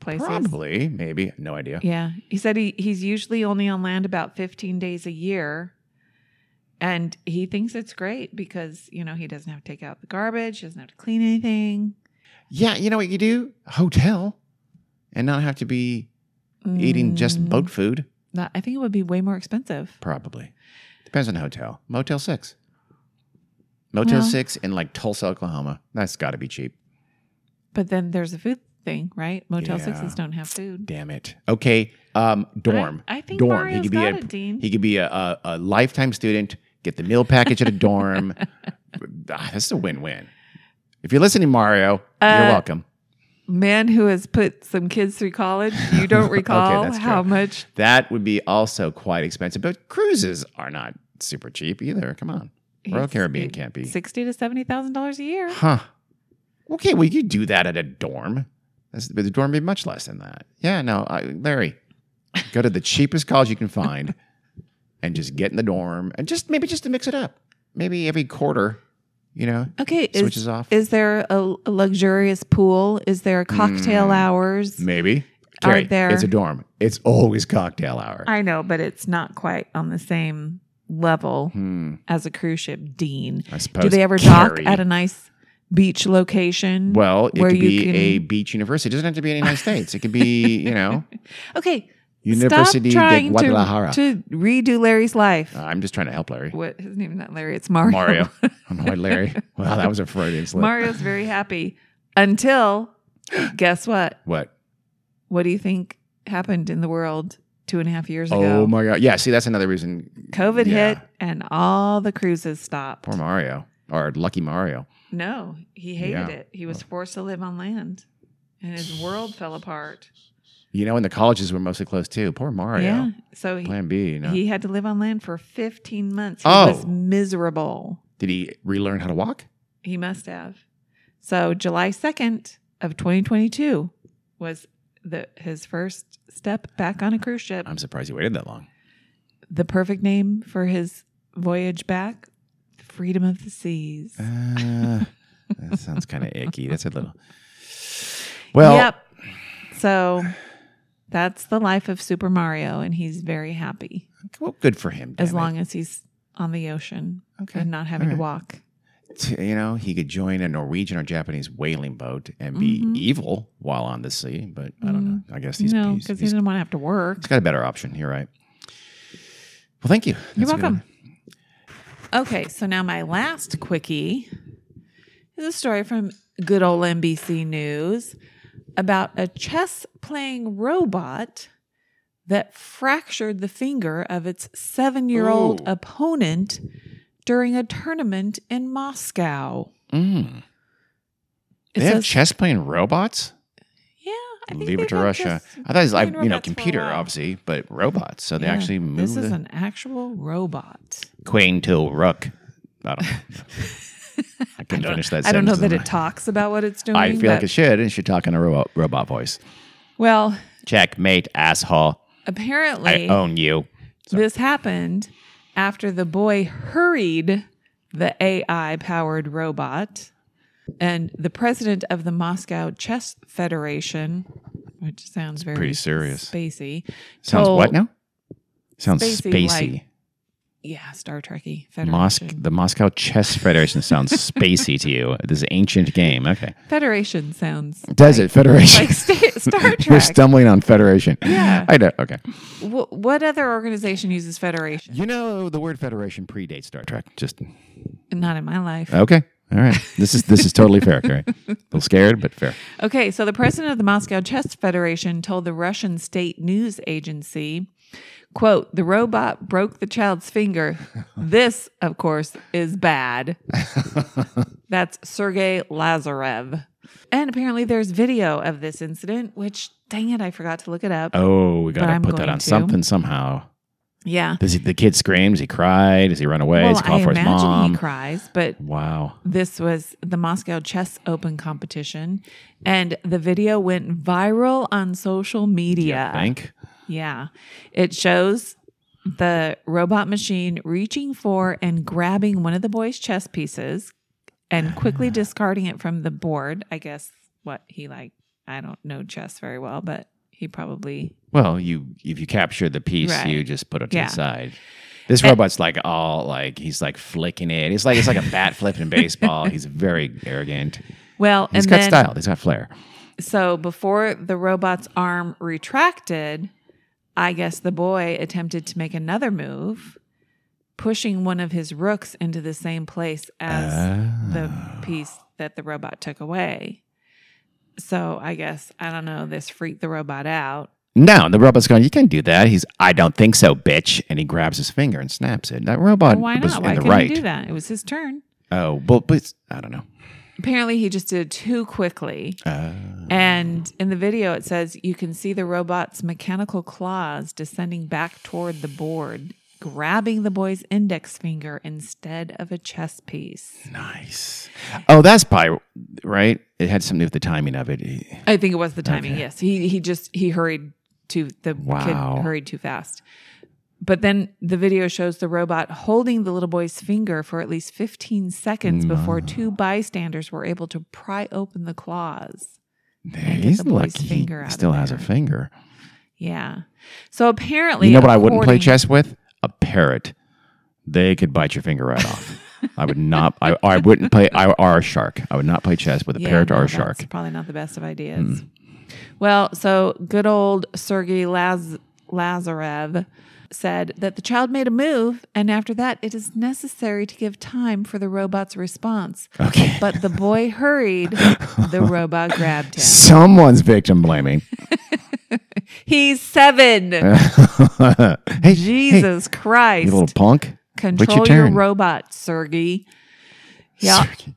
S1: places
S2: probably maybe no idea.
S1: Yeah. He said he, he's usually only on land about 15 days a year. And he thinks it's great because, you know, he doesn't have to take out the garbage, doesn't have to clean anything.
S2: Yeah, you know what you do? Hotel, and not have to be eating just
S1: Mm,
S2: boat food.
S1: not- I think it would be way more expensive.
S2: Probably depends on the hotel. Motel Six, Motel
S1: Well-
S2: Six in like Tulsa, Oklahoma. That's got to be cheap.
S1: But then there's a food thing, right? Motel sixes
S2: Yeah.
S1: don't have food.
S2: Damn it. Okay, um, dorm.
S1: I, I think
S2: dorm.
S1: Mario's
S2: he could be
S1: got
S2: a
S1: it, Dean.
S2: he could be a, a, a lifetime student. Get the meal package at a dorm. ah, this is a win win. If you're listening, Mario,
S1: Uh,
S2: you're welcome.
S1: Man who has put some kids through college, you don't
S2: Okay,
S1: recall
S2: that's
S1: how
S2: true.
S1: much
S2: That would be also quite expensive, but cruises are not super cheap either. Come on. Royal
S1: He's-
S2: Caribbean
S1: he-
S2: can't be.
S1: sixty to seventy thousand dollars a year.
S2: Huh. Okay, well, you do that at a dorm. That's, but the dorm would be much less than that. Yeah, no, I, Larry, go to the cheapest college you can find and just get in the dorm and just maybe just to mix it up. Maybe every quarter, you know,
S1: Okay, is,
S2: switches off.
S1: Is there a, a luxurious pool? Is there cocktail
S2: Mm.
S1: hours?
S2: maybe.
S1: Are
S2: Carrie,
S1: there-
S2: It's a dorm. It's always cocktail hour.
S1: I know, but it's not quite on the same level
S2: hmm,
S1: as a cruise ship dean.
S2: I suppose.
S1: Do they ever dock
S2: Carrie.
S1: at a nice beach location?
S2: Well, it
S1: where
S2: could
S1: you
S2: be
S1: can-
S2: a beach university. It doesn't have to be in the United States. It could be, you know,
S1: okay.
S2: University
S1: stop
S2: de
S1: trying
S2: Guadalajara. Uh,
S1: To, to redo Larry's life.
S2: I'm just trying to help Larry.
S1: what his name is not Larry, it's Mario.
S2: Mario. I'm like, Larry. Wow, that was a Freudian slip.
S1: Mario's very happy until guess what?
S2: what?
S1: What do you think happened in the world two and a half years ago?
S2: Oh my God. Yeah, see, that's another reason.
S1: COVID
S2: Yeah.
S1: hit and all the cruises stopped.
S2: Poor Mario or Lucky Mario.
S1: No, he hated
S2: Yeah. Oh.
S1: it. He was forced to live on land and his world fell apart.
S2: You know, and the colleges were mostly closed too. Poor Mario.
S1: Yeah. So he,
S2: Plan B, you know.
S1: he had to live on land for 15 months. He
S2: Oh.
S1: was miserable.
S2: Did he relearn how to walk?
S1: He must have. So July 2nd of 2022 was the his first step back on a cruise ship.
S2: I'm surprised he waited that long.
S1: the perfect name for his voyage back, Freedom of the Seas.
S2: Uh, that sounds kind of icky. That's a little. Well,
S1: yep. So That's the life of Super Mario, and he's very happy
S2: Well, good for him.
S1: as
S2: damn it.
S1: long as he's on the ocean
S2: Okay.
S1: and not having
S2: All
S1: to
S2: right.
S1: walk.
S2: T- you know, he could join a Norwegian or Japanese whaling boat and be
S1: Mhm.
S2: evil while on the sea. But I don't know. I guess these,
S1: Mm-hmm. no,
S2: these,
S1: because he
S2: these-
S1: didn't want to have to work.
S2: he's got a better option. You're right. Well, thank you.
S1: You're
S2: That's a good
S1: welcome.
S2: one.
S1: Okay, so now my last quickie is a story from good old NBC News about a chess playing robot that fractured the finger of its seven year old
S2: Ooh.
S1: opponent during a tournament in Moscow.
S2: Mm.
S1: It
S2: They have
S1: says-
S2: chess playing robots.
S1: yeah, I think
S2: Leave
S1: they've
S2: it to
S1: had
S2: Russia.
S1: chess-
S2: I thought it was like
S1: playing
S2: you know
S1: robots for a
S2: computer,
S1: while.
S2: obviously, but robots. So they
S1: Yeah,
S2: actually move
S1: This is
S2: the
S1: an actual robot.
S2: queen to rook. I don't. know. I couldn't finish that.
S1: I don't know
S2: sentence
S1: that
S2: in
S1: it talks about what it's doing.
S2: my- I feel like
S1: Mm-hmm. but-
S2: it should. It should talk in a robot, robot voice.
S1: well,
S2: Checkmate, asshole.
S1: apparently
S2: I oh, own you.
S1: This happened after the boy hurried the AI powered robot. And the president of the Moscow Chess Federation, which sounds very
S2: pretty serious.
S1: spacey,
S2: Sounds
S1: told-
S2: what now? Sounds
S1: Spacey,
S2: spacey.
S1: like- Yeah, Star Trekky Federation.
S2: Mosc- the Moscow Chess Federation sounds spacey to you. This ancient game. Okay.
S1: Federation sounds
S2: Does it? Federation.
S1: like sta- Star
S2: We're
S1: Trek.
S2: stumbling on Federation.
S1: Yeah.
S2: I know. Okay.
S1: Wh- what other organization uses Federation?
S2: You know the word Federation predates Star Trek. Just
S1: Not in my life.
S2: okay. All right. This is this is totally fair, Carrie. A little scared, but fair.
S1: Okay, so the president of the Moscow Chess Federation told the Russian state news agency, quote, the robot broke the child's finger. This, of course, is bad. That's Sergei Lazarev. And apparently there's video of this incident, which dang it, I forgot to look it up.
S2: Oh, we
S1: But
S2: gotta
S1: I'm
S2: put that
S1: going
S2: on
S1: to.
S2: something somehow.
S1: Yeah.
S2: Does he, the kid scream? Does he cry? Does he run away? Does
S1: Well, I
S2: he call for his
S1: imagine
S2: mom?
S1: he cries, but
S2: Wow.
S1: This was the Moscow Chess Open competition, and the video went viral on social media.
S2: Bank.
S1: Yeah. It shows the robot machine reaching for and grabbing one of the boy's chess pieces and
S2: Ah.
S1: quickly discarding it from the board. I guess what he like, I don't know chess very well, but he probably,
S2: Well, you if you capture the piece,
S1: Right.
S2: you just put it to
S1: Yeah.
S2: the side. This robot's like all like he's like flicking it. It's like it's like a bat flipping baseball. He's very arrogant.
S1: well,
S2: He's
S1: and
S2: got
S1: then,
S2: style. He's got flair.
S1: so before the robot's arm retracted, I guess the boy attempted to make another move, pushing one of his rooks into the same place as
S2: Ah.
S1: the piece that the robot took away. So I guess I don't know. This freaked the robot out.
S2: No, the robot's going. You can't do that. He's. I don't think so, bitch. And he grabs his finger and snaps it. That robot
S1: Why
S2: was
S1: not?
S2: in
S1: Why
S2: the
S1: couldn't
S2: right.
S1: he do that? It was his turn.
S2: Oh, well, but I don't know.
S1: Apparently, he just did it too quickly.
S2: Uh,
S1: And in the video, it says you can see the robot's mechanical claws descending back toward the board, grabbing the boy's index finger instead of a chess piece.
S2: nice. Oh, that's probably right. It had something to do with the timing of it. He-
S1: I think it was the timing.
S2: Okay.
S1: Yes, he he just he hurried too. The
S2: Wow.
S1: kid hurried too fast. But then the video shows the robot holding the little boy's finger for at least 15 seconds
S2: Mm.
S1: before two bystanders were able to pry open the claws. get
S2: He's
S1: the boy's
S2: lucky. He
S1: finger out of
S2: still has a
S1: there.
S2: finger.
S1: Yeah. So apparently,
S2: You know what I wouldn't play
S1: according-
S2: chess with? A parrot. They could bite your finger right off. I would not. I, I wouldn't play. I or a shark. I would not play chess with a
S1: Yeah,
S2: parrot
S1: no,
S2: or a
S1: that's
S2: shark. Mm.
S1: Probably not the best of ideas. Well, so good old Sergei Laz- Lazarev said that the child made a move, and after that, it is necessary to give time for the robot's response.
S2: Okay.
S1: But the boy hurried. the robot grabbed him.
S2: Someone's victim blaming.
S1: He's seven.
S2: hey, hey,
S1: Jesus
S2: you
S1: Christ!
S2: little punk. Wait
S1: Control your,
S2: turn.
S1: robot, Sergei. Yeah.
S2: Sergey.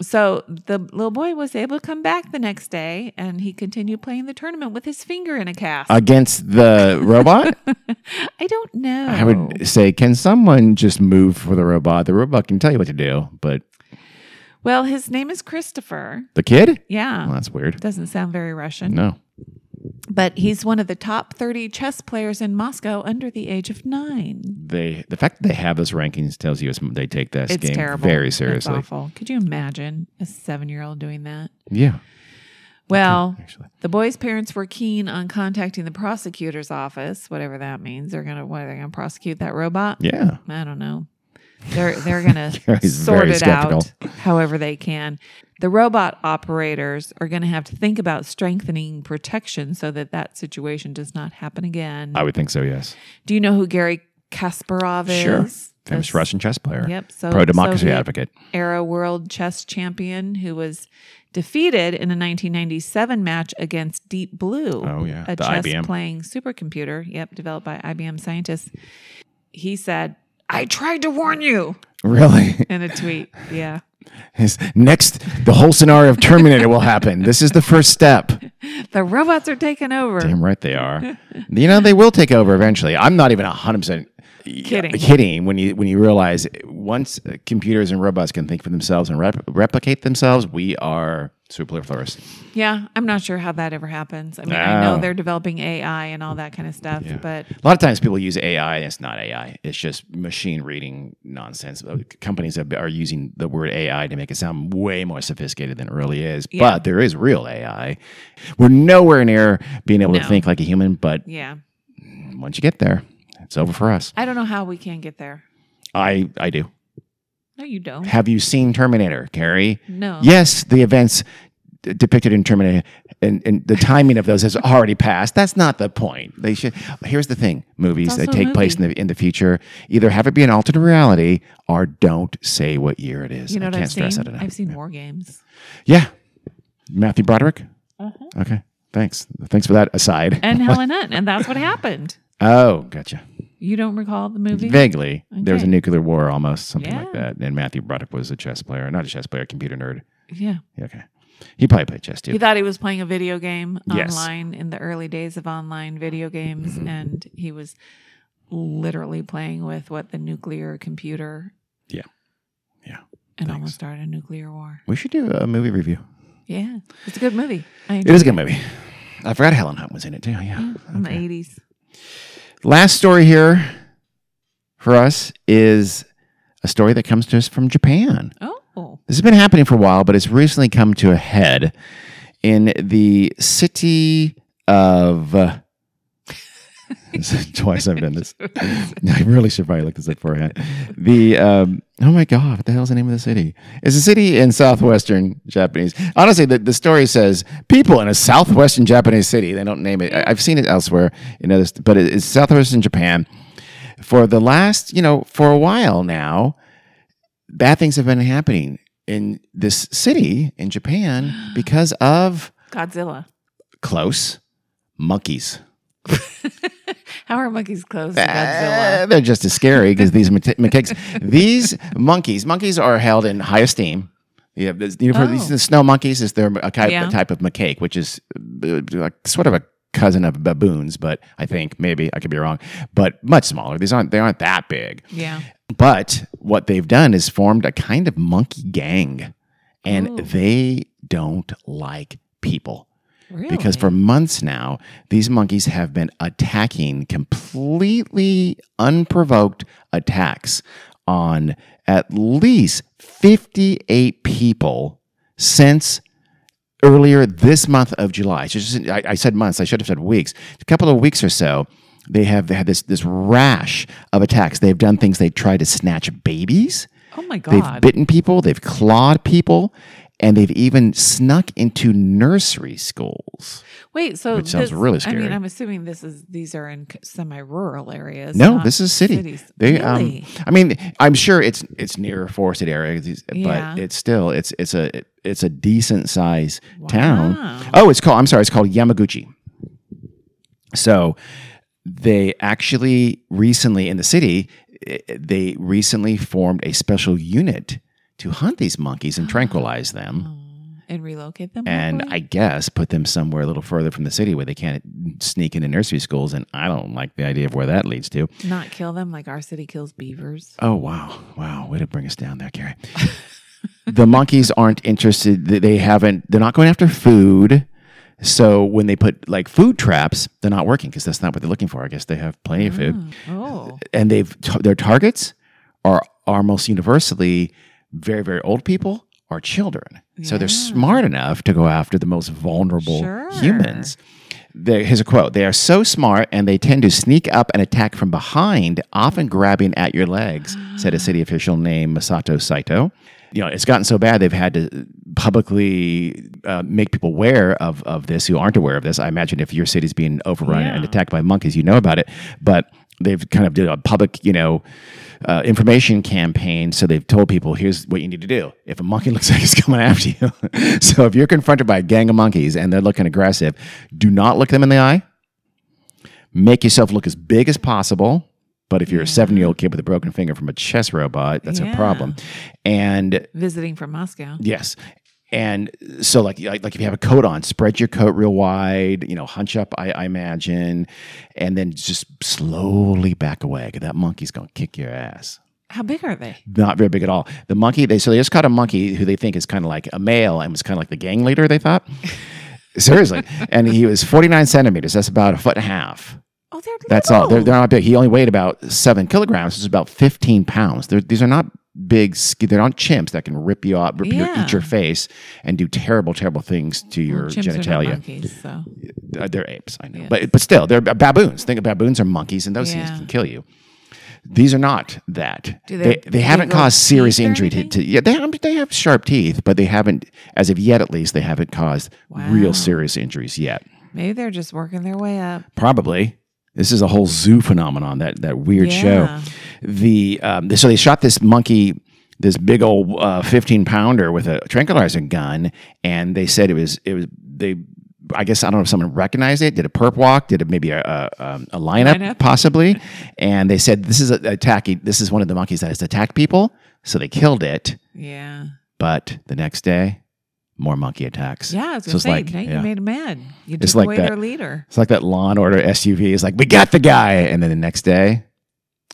S1: So the little boy was able to come back the next day, and he continued playing the tournament with his finger in a cast.
S2: Against the robot,
S1: I don't know.
S2: I would say, can someone just move for the robot? The robot can tell you what to do, but
S1: Well, his name is Christopher.
S2: the kid?
S1: Yeah.
S2: Well, that's weird.
S1: Doesn't sound very Russian.
S2: No.
S1: But he's one of the top 30 chess players in Moscow under the age of nine.
S2: they the fact that they have those rankings tells you it's, they take this
S1: It's
S2: game
S1: terrible.
S2: very
S1: It's
S2: seriously.
S1: awful. Could you imagine a seven year old doing that?
S2: Yeah,
S1: Well,
S2: actually.
S1: the boy's parents were keen on contacting the prosecutor's office, whatever that means. They're gonna what are they gonna prosecute that robot?
S2: Yeah.
S1: I don't know. They're they're gonna
S2: He's
S1: sort
S2: very
S1: it
S2: skeptical.
S1: out however they can. The robot operators are gonna have to think about strengthening protection so that that situation does not happen again.
S2: I would think so, yes.
S1: Do you know who Gary Kasparov is?
S2: Sure. Famous
S1: This
S2: Russian chess player.
S1: Yep, so-
S2: Pro democracy
S1: Soviet-
S2: advocate.
S1: era world chess champion who was defeated in a 1997 match against Deep Blue.
S2: Oh, yeah.
S1: A
S2: The
S1: chess
S2: IBM.
S1: playing supercomputer, yep, developed by IBM scientists. He said, "I tried to warn you."
S2: Really?
S1: In a tweet. Yeah.
S2: His next, the whole scenario of Terminator will happen. This is the first step.
S1: The robots are taking over.
S2: Damn right they are. you know, they will take over eventually. I'm not even 100%
S1: Kidding.
S2: kidding when you when you realize once uh, computers and robots can think for themselves and rep- replicate themselves, we are superfluous.
S1: Yeah, I'm not sure how that ever happens. I mean, I know
S2: No.
S1: they're developing AI and all that kind of stuff, but
S2: A lot of times people use AI, and it's not AI. It's just machine reading nonsense. Uh, Companies have- are using the word AI to make it sound way more sophisticated than it really is. But there is real AI. We're nowhere near being able
S1: No.
S2: to think like a human, but
S1: yeah.
S2: once you get there, it's over for us.
S1: I don't know how we can get there.
S2: I, I do.
S1: No, you don't.
S2: Have you seen Terminator, Carrie?
S1: No.
S2: Yes, the events d- depicted in Terminator and, and the timing of those has already passed. That's not the point. They should. Here's the thing: movies
S1: It's
S2: that
S1: also a
S2: take place in the in the future either have it be an alternate reality or don't say what year it is.
S1: You know
S2: I
S1: what
S2: can't
S1: I've
S2: stress
S1: seen?
S2: that enough.
S1: I've seen war games.
S2: yeah, Matthew Broderick.
S1: Uh-huh.
S2: Okay, thanks. Thanks for that aside.
S1: And Helen Hunt, and that's what happened.
S2: oh, gotcha.
S1: You don't recall the movie?
S2: Vaguely, there was a
S1: Okay.
S2: nuclear war, almost something like
S1: Yeah.
S2: that. And Matthew Broderick was a chess player, not a chess player, a computer nerd.
S1: yeah.
S2: Okay, he probably played chess too.
S1: He thought he was playing a video game
S2: Yes. Mm-hmm.
S1: online in the early days of online video games, and he was literally playing with what the nuclear computer.
S2: Yeah. Yeah.
S1: And
S2: Thanks.
S1: almost started a nuclear war.
S2: We should do a movie review.
S1: Yeah. It's a good movie. I
S2: It
S1: enjoyed
S2: is a good movie. I forgot Helen Hunt was in it too. Yeah.
S1: in the 80s.
S2: Last story here for us is a story that comes to us from Japan.
S1: Oh.
S2: This has been happening for a while, but it's recently come to a head in the city of. This is Twice I've done this. I really should probably look this up beforehand. The um, oh my god, what the hell's the name of the city? It's a city in southwestern Japanese. Honestly, the, the story says people in a southwestern Japanese city. They don't name it. I, I've seen it elsewhere in other, st- but it, it's southwestern Japan. For the last, you know, for a while now, bad things have been happening in this city in Japan because of
S1: Godzilla.
S2: close monkeys.
S1: How are monkeys close to Godzilla?
S2: Uh, they're just as scary because these mate- macaques, these monkeys, monkeys are held in high esteem. Yeah, there's- you know, for these
S1: Oh.
S2: the snow monkeys is their a type,
S1: Yeah.
S2: a type of macaque, which is uh, like sort of a cousin of baboons, but I think maybe I could be wrong, but much smaller. These aren't they aren't that big.
S1: Yeah.
S2: But what they've done is formed a kind of monkey gang, and
S1: Ooh.
S2: they don't like people.
S1: Really?
S2: Because for months now, these monkeys have been attacking completely unprovoked attacks on at least 58 people since earlier this month of July. So just, I, I said months, I should have said weeks. A couple of weeks or so, they have had this, this rash of attacks. They've done things, they tried to snatch babies.
S1: Oh my
S2: They've
S1: God.
S2: bitten people, they've clawed people, and they've even snuck into nursery schools.
S1: Wait, so
S2: Which sounds
S1: this-
S2: really
S1: I
S2: scary.
S1: mean, I'm assuming this is these are in c- semi-rural areas.
S2: No,
S1: not
S2: this is city.
S1: cities.
S2: They,
S1: really?
S2: um, I mean, I'm sure it's it's near forested areas, but
S1: Yeah.
S2: it's still it's it's a it's a decent size
S1: Wow.
S2: town. Oh, it's called. I'm sorry, it's called Yamaguchi. So they actually recently in the city eh, they recently formed a special unit to hunt these monkeys and tranquilize them.
S1: Oh, and relocate them.
S2: um, and
S1: hopefully?
S2: I guess put them somewhere a little further from the city where they can't sneak into nursery schools. And I don't like the idea of where that leads to.
S1: not kill them like our city kills beavers.
S2: Oh wow, wow! Way to bring us down there, Carrie. the monkeys aren't interested. They- They haven't. They're not going after food. So when they put like food traps, they're not working because that's not what they're looking for. I guess they have plenty of food,
S1: Oh,
S2: and they've their targets are almost universally very very old people are children. So they're smart enough to go after the most vulnerable
S1: Sure.
S2: humans. There, here's a quote They are so smart and they tend to sneak up and attack from behind, often grabbing at your legs, said a city official named Masato Saito. You know, it's gotten so bad they've had to publicly uh, make people aware of, of this who aren't aware of this. I imagine if your city's being overrun and attacked by monkeys, you know about it. But they've kind of did a public, you know, uh, information campaign. So they've told people, here's what you need to do. If a monkey looks like it's coming after you, so if you're confronted by a gang of monkeys and they're looking aggressive, do not look them in the eye. Make yourself look as big as possible. But if you're a seven year old kid with a broken finger from a chess robot, that's
S1: Yeah.
S2: a problem. And
S1: Visiting from Moscow.
S2: Yes. And so, like, like like if you have a coat on, spread your coat real wide. You know, hunch up. I, I imagine, and then just slowly back away. 'cause that monkey's gonna kick your ass.
S1: How big are they?
S2: Not very big at all. The monkey. They so they just caught a monkey who they think is kind of like a male and was kind of like the gang leader. They thought seriously, and he was forty nine centimeters. That's about a foot and a half.
S1: Oh, they're
S2: That's all. They're, they're not big. He only weighed about seven kilograms, which is about 15 pounds. They're, these are not big, sk- they're not chimps that can rip you up, rip your,
S1: Yeah.
S2: eat your face, and do terrible, terrible things to your
S1: Chimps are not
S2: genitalia.
S1: monkeys, so.
S2: Uh, They're apes, I know.
S1: Yes.
S2: But, but still, they're baboons. Think of baboons are monkeys, and those
S1: Yeah.
S2: things can kill you. These are not that.
S1: Do they
S2: they,
S1: have
S2: they haven't
S1: big old
S2: caused serious
S1: teeth or
S2: injury to,
S1: anything?
S2: to yeah they have, they have sharp teeth but they haven't as of yet at least they haven't caused
S1: Wow.
S2: real serious injuries yet
S1: Maybe they're just working their way up.
S2: probably this is a whole zoo phenomenon that that weird
S1: Yeah.
S2: show the um, so they shot this monkey this big old uh, 15 pounder with a tranquilizer gun and they said it was it was they I guess I don't know if someone recognized it. Did a perp walk? Did a, maybe a, a, um, a lineup,
S1: Lineup?
S2: possibly? And they said this is a, attacking. This is one of the monkeys that has attacked people. So they killed it.
S1: Yeah.
S2: But the next day, more monkey attacks.
S1: Yeah, I was going to
S2: So it's
S1: say,
S2: like-
S1: now you
S2: yeah.
S1: made them mad. You
S2: It's
S1: took
S2: like
S1: away
S2: that.
S1: their leader.
S2: It's like that Law and Order SUV is like, we got the guy, and then the next day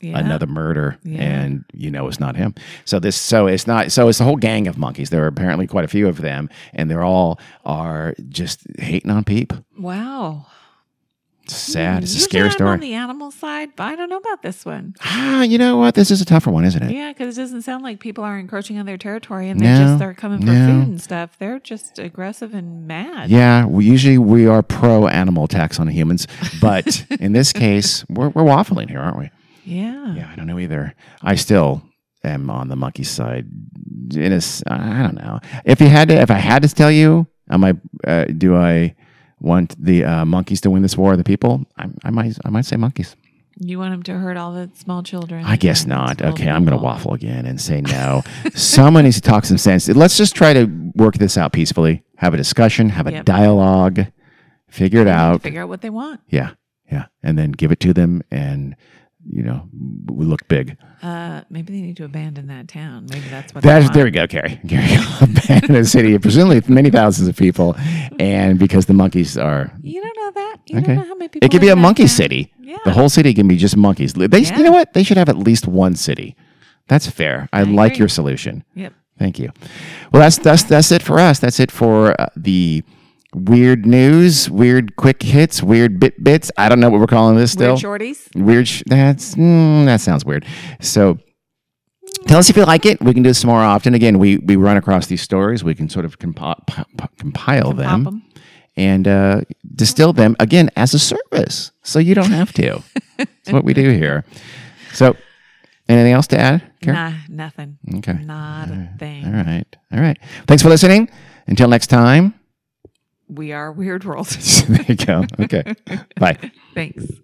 S1: Yeah.
S2: another murder,
S1: Yeah.
S2: and you know it's not him. So this, so it's not, so it's a whole gang of monkeys. There are apparently quite a few of them, and they're all are just hating on peep.
S1: Wow.
S2: It's sad. It's
S1: Mm,
S2: a
S1: Usually
S2: scary
S1: I'm
S2: story.
S1: on the animal side, but I don't know about this one.
S2: ah, you know what? This is a tougher one, isn't it?
S1: Yeah, because it doesn't sound like people are encroaching on their territory and they're
S2: No,
S1: just they're coming for
S2: no.
S1: food and stuff. They're just aggressive and mad.
S2: Yeah, we, usually we are pro animal attacks on humans, but in this case, we're, we're waffling here, aren't we?
S1: Yeah.
S2: Yeah, I don't know either. I still am on the monkey side. In a s- I don't know. If you had to, if I had to tell you, am I? Uh, do I want the uh, monkeys to win this war or the people? I, I might. I might say monkeys.
S1: You want them to hurt all the small children.
S2: I guess
S1: and
S2: not.
S1: small
S2: Okay, I'm going to
S1: people.
S2: waffle again and say no. Someone needs to talk some sense. Let's just try to work this out peacefully. Have a discussion. Have a
S1: Yep.
S2: dialogue. Figure it out.
S1: Figure out what they want.
S2: yeah, yeah, and then give it to them, and you know, we look big.
S1: Uh, maybe they need to abandon that town. Maybe that's what
S2: That's,
S1: they
S2: there
S1: want.
S2: we go, Carrie. Carrie abandoned a city, of presumably many thousands of people, and because the monkeys are,
S1: You don't know that. You
S2: Okay.
S1: don't know how many people.
S2: it could be
S1: live in
S2: a
S1: that
S2: monkey
S1: town.
S2: city.
S1: Yeah.
S2: The whole city can be just monkeys. They,
S1: Yeah.
S2: you know what? They should have at least one city. That's fair. I, like
S1: agree.
S2: your solution.
S1: Yep.
S2: Thank you. Well, that's that's that's it for us. That's it for uh, the weird news, weird quick hits, weird bit bits. I don't know what we're calling this still
S1: Weird shorties.
S2: weird sh- that's mm, that sounds weird so tell us if you like it we can do this more often again we we run across these stories we can sort of compi- p- p- compile them
S1: Pop 'em.
S2: and uh, distill them again as a service so you don't have to that's what we do here so anything else to add Karen?
S1: Nah, nothing.
S2: Okay.
S1: Not a thing.
S2: all right all right thanks for listening until next time
S1: We are Weird World.
S2: there you go okay bye
S1: Thanks.